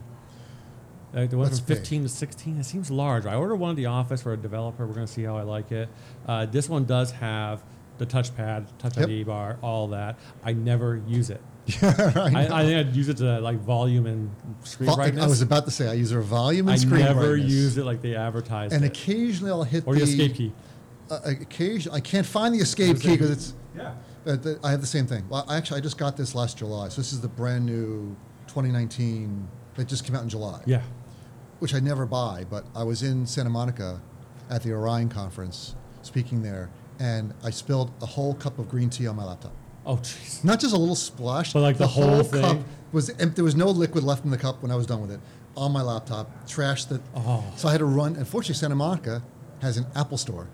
Speaker 2: Like the one
Speaker 1: That's
Speaker 2: from 15 to 16, it seems large. I ordered one at the office for a developer. We're going to see how I like it. Uh, this one does have the touchpad, touch
Speaker 1: Yep.
Speaker 2: ID bar, all that. I never use it.
Speaker 1: Right.
Speaker 2: I, I think I'd use it to like volume and screen
Speaker 1: Vol-
Speaker 2: brightness.
Speaker 1: I was about to say I use a volume and
Speaker 2: I
Speaker 1: screen
Speaker 2: never
Speaker 1: brightness.
Speaker 2: use it like they advertised
Speaker 1: And
Speaker 2: it.
Speaker 1: occasionally I'll hit
Speaker 2: or
Speaker 1: the
Speaker 2: the escape key.
Speaker 1: Uh, occasion, I can't find the escape key because it's.
Speaker 2: Yeah.
Speaker 1: Uh, the, I have the same thing. Well, actually, I just got this last July, so this is the brand new 2019 that just came out in July.
Speaker 2: Yeah.
Speaker 1: which I never buy, but I was in Santa Monica at the Orion conference speaking there, and I spilled a whole cup of green tea on my laptop.
Speaker 2: Oh, jeez.
Speaker 1: Not just a little splash,
Speaker 2: But, like, the whole
Speaker 1: cup
Speaker 2: thing?
Speaker 1: was empty. There was no liquid left in the cup when I was done with it on my laptop. Trashed it.
Speaker 2: Oh.
Speaker 1: So I had to run. Unfortunately, Santa Monica has an Apple store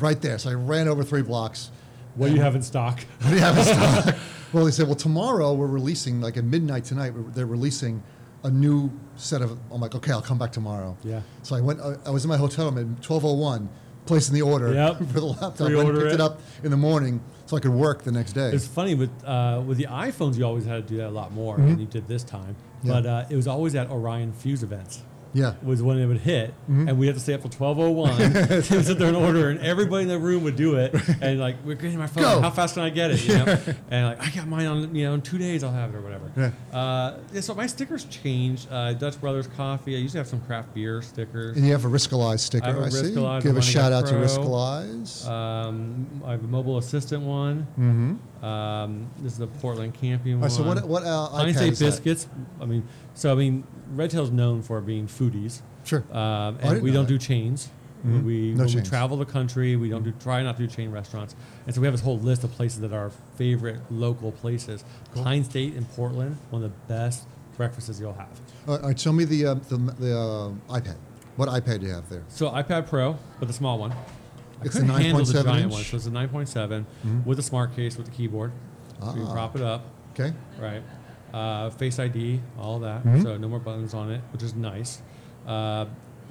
Speaker 1: right there, so I ran over three blocks.
Speaker 2: What do you have in stock?
Speaker 1: What do you have in stock? well, they said, well, tomorrow we're releasing, like at midnight tonight, we're- they're releasing a new set of. I'm like, okay, I'll come back tomorrow.
Speaker 2: Yeah.
Speaker 1: So I went. uh, I I was in my hotel room at 12:01, placing the order
Speaker 2: Yep.
Speaker 1: for the laptop. Went and
Speaker 2: Pre-order
Speaker 1: picked it.
Speaker 2: it.
Speaker 1: up in the morning so I could work the next day.
Speaker 2: It's funny with uh, with the iPhones, you always had to do that a lot more than you did this time.
Speaker 1: Mm-hmm. Yeah.
Speaker 2: But uh, it was always at Orion Fuse events.
Speaker 1: yeah.
Speaker 2: Was when it would hit,
Speaker 1: Mm-hmm.
Speaker 2: and we had to stay up till twelve oh one to sit there and order, and everybody in the room would do it, and like we're getting my phone.
Speaker 1: Go.
Speaker 2: How fast can I get it? You know, and like I got mine on you know in two days I'll have it or whatever.
Speaker 1: Yeah.
Speaker 2: Uh, yeah, so my stickers changed. Uh, Dutch Brothers Coffee. I used to have some craft beer stickers.
Speaker 1: And you have a Riskalize sticker.
Speaker 2: I have a
Speaker 1: I see.
Speaker 2: Riskalyze,
Speaker 1: Give a
Speaker 2: I wanna
Speaker 1: shout
Speaker 2: go
Speaker 1: out to
Speaker 2: pro.
Speaker 1: Riskalize.
Speaker 2: Um, I have a mobile assistant one. Mm-hmm. Um, this is the Portland Campion
Speaker 1: All
Speaker 2: one.
Speaker 1: right, so what- what, uh,
Speaker 2: Pine
Speaker 1: iPad
Speaker 2: State
Speaker 1: is that?
Speaker 2: biscuits? I mean, so I mean, Red Tail's known for being foodies.
Speaker 1: Sure. Oh,
Speaker 2: Um,
Speaker 1: didn't
Speaker 2: and we
Speaker 1: know
Speaker 2: don't
Speaker 1: that. Mm-hmm.
Speaker 2: do chains. We
Speaker 1: No
Speaker 2: when
Speaker 1: chains.
Speaker 2: we travel the country, we don't do try not to do chain restaurants, and so we have this whole list of places that are our favorite local places. Pine State in Portland, one of the best breakfasts you'll have.
Speaker 1: all right, show me the uh, the, the uh, iPad. What iPad do you have there?
Speaker 2: So iPad Pro, but the small one. I
Speaker 1: It's
Speaker 2: couldn't
Speaker 1: the
Speaker 2: handle
Speaker 1: 9.7
Speaker 2: the giant
Speaker 1: inch? Mm-hmm.
Speaker 2: one, so it's a 9.7 with a smart case with the keyboard. So you
Speaker 1: Ah.
Speaker 2: prop it up,
Speaker 1: Okay.
Speaker 2: right? Uh, Face ID, all that.
Speaker 1: Mm-hmm.
Speaker 2: So no more buttons on it, which is nice. Uh,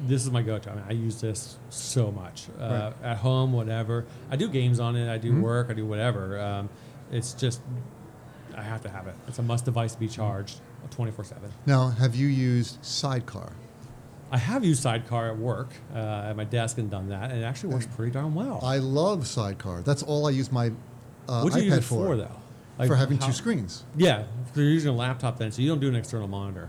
Speaker 2: this is my go-to. I mean, I use this so much uh, at home, whatever. I do games on it. I
Speaker 1: Mm-hmm.
Speaker 2: do work. I do whatever. Um, it's just I have to have it. It's a must device to be charged 24/7.
Speaker 1: Now, have you used Sidecar?
Speaker 2: I have used Sidecar at work uh, at my desk and done that, and it actually works pretty darn well.
Speaker 1: I love Sidecar. That's all I use my uh,
Speaker 2: what do
Speaker 1: iPad
Speaker 2: you use it
Speaker 1: for,
Speaker 2: for, though? Like,
Speaker 1: for having
Speaker 2: how-
Speaker 1: two screens
Speaker 2: Yeah, 'cause you're using a laptop then, so you don't do an external monitor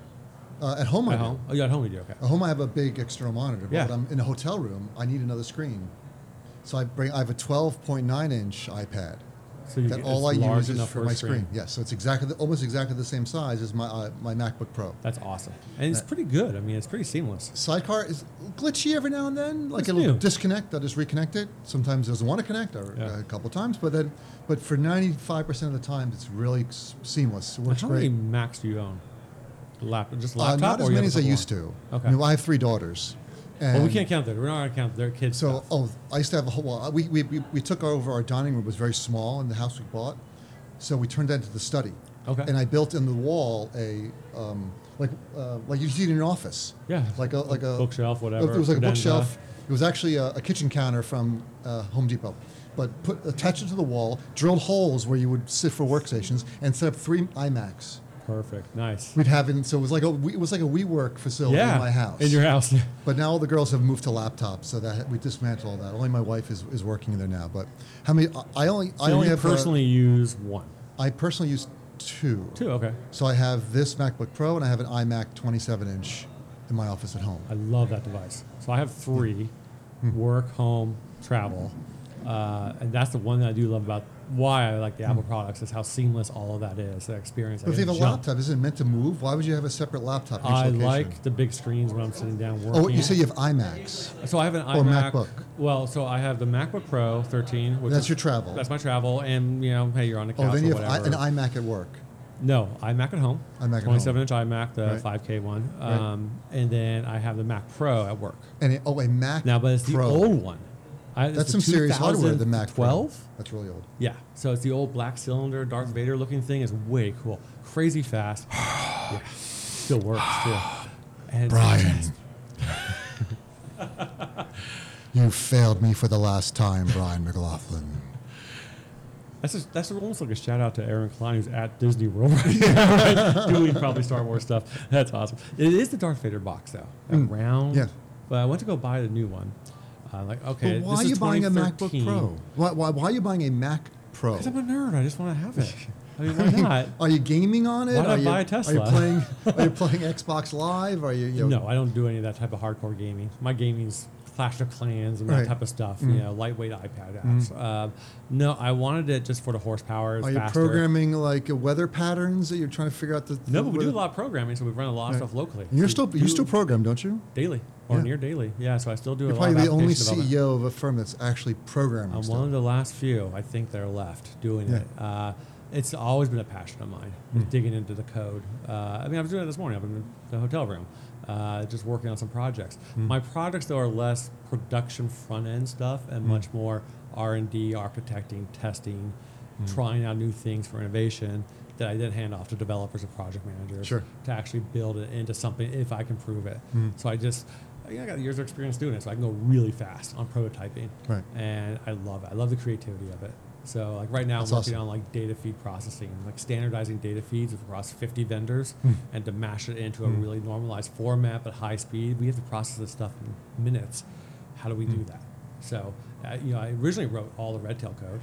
Speaker 1: uh, at home. I
Speaker 2: at
Speaker 1: do.
Speaker 2: home. Oh, yeah, at home you do. Okay.
Speaker 1: At home, I have a big external monitor. But
Speaker 2: Yeah.
Speaker 1: when I'm in a hotel room, I need another screen, so I bring. I have a 12.9 inch iPad,
Speaker 2: So you
Speaker 1: that
Speaker 2: get-
Speaker 1: all I
Speaker 2: it's large
Speaker 1: use is
Speaker 2: enough
Speaker 1: for
Speaker 2: for a
Speaker 1: my
Speaker 2: screen.
Speaker 1: screen. Yes, so it's exactly the, almost exactly the same size as my uh, my MacBook Pro.
Speaker 2: That's awesome. And it's pretty good. I mean, it's pretty seamless.
Speaker 1: Sidecar is glitchy every now and then. Like
Speaker 2: It's
Speaker 1: it'll
Speaker 2: new.
Speaker 1: disconnect. I'll just reconnect it. Sometimes it doesn't want to connect or, uh,
Speaker 2: Yeah.
Speaker 1: a couple times, but then, but for ninety five percent of the time, it's really s- seamless. It
Speaker 2: Now,
Speaker 1: works
Speaker 2: How
Speaker 1: great.
Speaker 2: many Macs do you own? Laptop, just
Speaker 1: Uh,
Speaker 2: laptop.
Speaker 1: not
Speaker 2: or
Speaker 1: as
Speaker 2: you have
Speaker 1: many
Speaker 2: a
Speaker 1: as I
Speaker 2: couple
Speaker 1: used
Speaker 2: more?
Speaker 1: to.
Speaker 2: Okay.
Speaker 1: I, mean, I have three daughters. And
Speaker 2: Well, we can't count that. We're not going to count their kids.
Speaker 1: So,
Speaker 2: stuff.
Speaker 1: oh, I used to have a whole. Well, we, we, we, we took over our dining room. It was very small in the house we bought, so we turned that into the study.
Speaker 2: Okay.
Speaker 1: And I built in the wall a um, like uh, like you see in an office.
Speaker 2: Yeah,
Speaker 1: Like a like a
Speaker 2: bookshelf, whatever,
Speaker 1: It uh, was like a
Speaker 2: credenza.
Speaker 1: bookshelf. It was actually a, a kitchen counter from uh, Home Depot, but put attached it to the wall, drilled holes where you would sit for workstations, and set up three iMacs.
Speaker 2: perfect, nice.
Speaker 1: We'd have in so it was like a we- it was like a WeWork facility
Speaker 2: yeah,
Speaker 1: in my house.
Speaker 2: in your house.
Speaker 1: But now all the girls have moved to laptops, so that we dismantle all that. Only my wife is, is working there now. But how many? I- I only I
Speaker 2: So
Speaker 1: only
Speaker 2: you
Speaker 1: have uh,
Speaker 2: personally use one,
Speaker 1: I personally use two.
Speaker 2: two. Okay,
Speaker 1: So I have this MacBook Pro and I have an iMac 27 inch in my office at home.
Speaker 2: I love that device. So I have three:
Speaker 1: Hmm.
Speaker 2: work, home, travel, uh, and that's the one that I do love about why I like the Apple products is how seamless all of that is. That experience. I
Speaker 1: Hmm. But if you
Speaker 2: get
Speaker 1: have a
Speaker 2: to jump.
Speaker 1: laptop, isn't it meant to move? Why would you have a separate laptop? In each
Speaker 2: I
Speaker 1: location?
Speaker 2: like the big screens when I'm sitting down working.
Speaker 1: Oh, what, you say you have iMacs.
Speaker 2: So I have an
Speaker 1: Or
Speaker 2: iMac.
Speaker 1: MacBook.
Speaker 2: Well, so I have the MacBook Pro 13. Which
Speaker 1: That's
Speaker 2: is-
Speaker 1: your travel.
Speaker 2: That's my travel, and you know, hey, you're on the couch
Speaker 1: Oh, then
Speaker 2: or
Speaker 1: you have I,
Speaker 2: whatever.
Speaker 1: an iMac at work.
Speaker 2: no, iMac at home.
Speaker 1: iMac at
Speaker 2: 27 inch iMac, the
Speaker 1: Right.
Speaker 2: 5K one,
Speaker 1: Right.
Speaker 2: um, and then I have the Mac Pro at work.
Speaker 1: And it, oh, a Mac
Speaker 2: Now, but it's the
Speaker 1: Pro.
Speaker 2: old one. I, it's
Speaker 1: That's
Speaker 2: the
Speaker 1: some serious hardware. The Mac Pro.
Speaker 2: 12.
Speaker 1: That's really old.
Speaker 2: Yeah, so it's the old black cylinder, Darth Vader looking thing. It's way cool, crazy fast. yeah, still works too. And
Speaker 1: Brian. you failed me for the last time, Brian McLaughlin.
Speaker 2: That's just, that's almost like a shout out to Aaron Klein, who's at Disney World right now, right? doing probably Star Wars stuff. That's awesome. It is the Darth Vader box though, that round.
Speaker 1: Hmm. yeah.
Speaker 2: But I went to go buy the new one. Uh, like okay,
Speaker 1: But why
Speaker 2: this
Speaker 1: are
Speaker 2: is
Speaker 1: you buying a MacBook
Speaker 2: 2013.
Speaker 1: Pro? Why, why, why are you buying a Mac Pro?
Speaker 2: 'Cause I'm a nerd. I just want to have it. I mean, why not?
Speaker 1: Are you gaming on it?
Speaker 2: Why not
Speaker 1: are you,
Speaker 2: buy a
Speaker 1: Are you
Speaker 2: Tesla?
Speaker 1: playing? Are you playing Xbox Live? Are you? you know-
Speaker 2: No, I don't do any of that type of hardcore gaming. My gaming's Clash of Clans and
Speaker 1: Right. Mm-hmm.
Speaker 2: that type of stuff. You know, lightweight iPad apps. Uh, no, I wanted it just for the horsepower. it's
Speaker 1: Are you
Speaker 2: faster.
Speaker 1: programming like weather patterns that you're trying to figure out the?
Speaker 2: No, but we do
Speaker 1: weather-
Speaker 2: a lot of programming, so we run a lot of
Speaker 1: Right.
Speaker 2: stuff locally.
Speaker 1: You're
Speaker 2: So
Speaker 1: still
Speaker 2: we
Speaker 1: you
Speaker 2: do-
Speaker 1: still program, don't you?
Speaker 2: daily or
Speaker 1: Yeah.
Speaker 2: near daily. Yeah, so I still do
Speaker 1: You're
Speaker 2: a lot of
Speaker 1: probably the only E
Speaker 2: application development.
Speaker 1: CEO of a firm that's actually programming.
Speaker 2: I'm
Speaker 1: stuff.
Speaker 2: one of the last few I think that are left doing
Speaker 1: Yeah. Hmm.
Speaker 2: it. Uh, it's always been a passion of mine, is digging into the code. Uh, I mean, I was doing it this morning. I've been in the hotel room, uh, just working on some projects.
Speaker 1: Hmm.
Speaker 2: My projects though are less production front end stuff and
Speaker 1: Hmm.
Speaker 2: much more R and D, architecting, testing,
Speaker 1: Hmm.
Speaker 2: trying out new things for innovation. That I then hand off to developers and project managers
Speaker 1: Sure.
Speaker 2: to actually build it into something if I can prove it.
Speaker 1: Hmm.
Speaker 2: So I just, you know, I got years of experience doing it, so I can go really fast on prototyping
Speaker 1: Right.
Speaker 2: and I love it. I love the creativity of it. So like right now,
Speaker 1: That's
Speaker 2: I'm working
Speaker 1: awesome.
Speaker 2: on like data feed processing, like standardizing data feeds across 50 vendors,
Speaker 1: Hmm.
Speaker 2: and to mash it into a really normalized format but high speed. We have to process this stuff in minutes. How do we
Speaker 1: Hmm.
Speaker 2: do that? So uh, you know, I originally wrote all the Redtail code,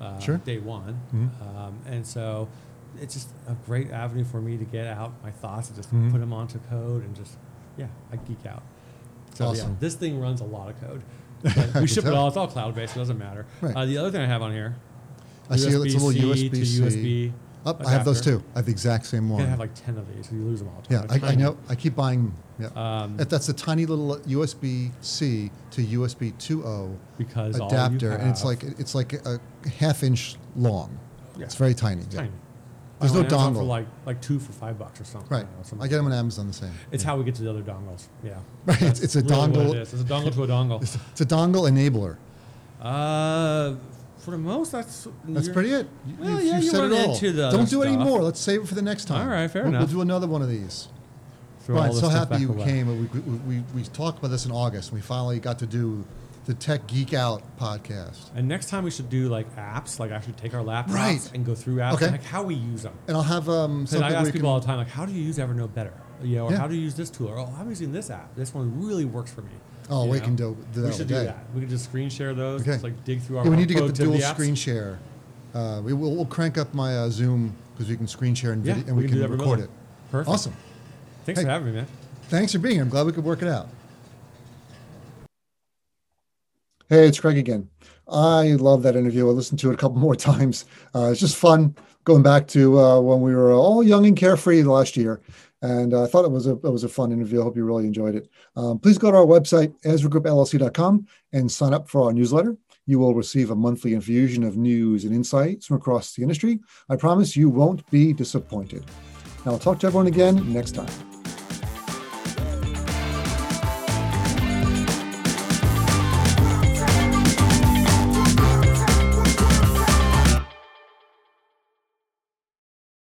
Speaker 2: uh,
Speaker 1: Sure.
Speaker 2: day one,
Speaker 1: Mm-hmm.
Speaker 2: um, and so it's just a great avenue for me to get out my thoughts and just
Speaker 1: Mm-hmm.
Speaker 2: put them onto code and just yeah, I geek out. So yeah,
Speaker 1: Awesome.
Speaker 2: this thing runs a lot of code. But we
Speaker 1: can
Speaker 2: ship it
Speaker 1: tell.
Speaker 2: all. It's all cloud based. It doesn't matter.
Speaker 1: Right.
Speaker 2: Uh, the other thing I have on here,
Speaker 1: I see it's a little
Speaker 2: USB-C to
Speaker 1: USB-C.
Speaker 2: USB.
Speaker 1: Oh, I have those
Speaker 2: adapter.
Speaker 1: too. I have the exact same
Speaker 2: You
Speaker 1: one.
Speaker 2: gotta have like ten of these. So you lose them all. the
Speaker 1: Yeah,
Speaker 2: time.
Speaker 1: I, I
Speaker 2: Tiny.
Speaker 1: know. I keep buying. Yeah,
Speaker 2: Um,
Speaker 1: That- that's a tiny little USB C to USB 2.0
Speaker 2: Because all you
Speaker 1: adapter, and it's
Speaker 2: have-
Speaker 1: like it's like a half inch long.
Speaker 2: Yeah.
Speaker 1: It's very tiny. yeah.
Speaker 2: Tiny.
Speaker 1: There's
Speaker 2: I
Speaker 1: no
Speaker 2: went on Amazon for
Speaker 1: dongle.
Speaker 2: like like two for five bucks or something.
Speaker 1: Right.
Speaker 2: you know, something
Speaker 1: I get them on
Speaker 2: like that.
Speaker 1: Amazon the same.
Speaker 2: It's how we get to the other dongles. Yeah.
Speaker 1: Right, it's-
Speaker 2: That's
Speaker 1: it's a
Speaker 2: really what
Speaker 1: dongle-
Speaker 2: It is. It's a dongle to a dongle.
Speaker 1: It's a dongle enabler.
Speaker 2: Uh, for the most, that's
Speaker 1: That's
Speaker 2: you're-
Speaker 1: pretty it.
Speaker 2: Well, yeah, you
Speaker 1: said it
Speaker 2: run
Speaker 1: all.
Speaker 2: into the
Speaker 1: Don't
Speaker 2: other
Speaker 1: do it
Speaker 2: stuff.
Speaker 1: anymore. Let's save it for the next time.
Speaker 2: All right, fair
Speaker 1: we'll,
Speaker 2: enough.
Speaker 1: We'll do another one of these.
Speaker 2: Throw all
Speaker 1: Brian,
Speaker 2: this
Speaker 1: so
Speaker 2: stuff
Speaker 1: happy
Speaker 2: back
Speaker 1: you
Speaker 2: away.
Speaker 1: came. We, we, we, we talked about this in August. We finally got to do the Tech Geek Out podcast.
Speaker 2: And next time we should do like apps, like actually take our laptops
Speaker 1: Right.
Speaker 2: and go through apps
Speaker 1: Okay.
Speaker 2: and like how we use them.
Speaker 1: And I'll have um,
Speaker 2: Because
Speaker 1: something
Speaker 2: I
Speaker 1: where you
Speaker 2: ask
Speaker 1: can-
Speaker 2: people all the time, like, how do you use Evernote better? You know, or
Speaker 1: Yeah.
Speaker 2: how do you use this tool? Or, oh, I'm using this app. This one really works for me.
Speaker 1: Oh,
Speaker 2: You
Speaker 1: we
Speaker 2: know?
Speaker 1: can do- do that
Speaker 2: We should
Speaker 1: all
Speaker 2: do
Speaker 1: day.
Speaker 2: that. We can just screen share those.
Speaker 1: Okay.
Speaker 2: Just like dig through our.
Speaker 1: Yeah, we need to
Speaker 2: workflow
Speaker 1: get the dual
Speaker 2: apps.
Speaker 1: screen share. Uh, we will we'll crank up my uh, Zoom because we can screen share and,
Speaker 2: Yeah,
Speaker 1: video, and we,
Speaker 2: we can
Speaker 1: can,
Speaker 2: do that
Speaker 1: record
Speaker 2: remotely.
Speaker 1: it.
Speaker 2: Perfect.
Speaker 1: Awesome.
Speaker 2: Thanks
Speaker 1: Hey.
Speaker 2: for having me, man.
Speaker 1: Thanks for being here. I'm glad we could work it out.
Speaker 3: Hey, it's Craig again. I love that interview. I listened to it a couple more times. Uh, it's just fun going back to uh, when we were all young and carefree last year. And uh, I thought it was a it was a fun interview. I hope you really enjoyed it. Um, please go to our website, EzraGroupLLC.com, and sign up for our newsletter. You will receive a monthly infusion of news and insights from across the industry. I promise you won't be disappointed. I'll talk to everyone again next time.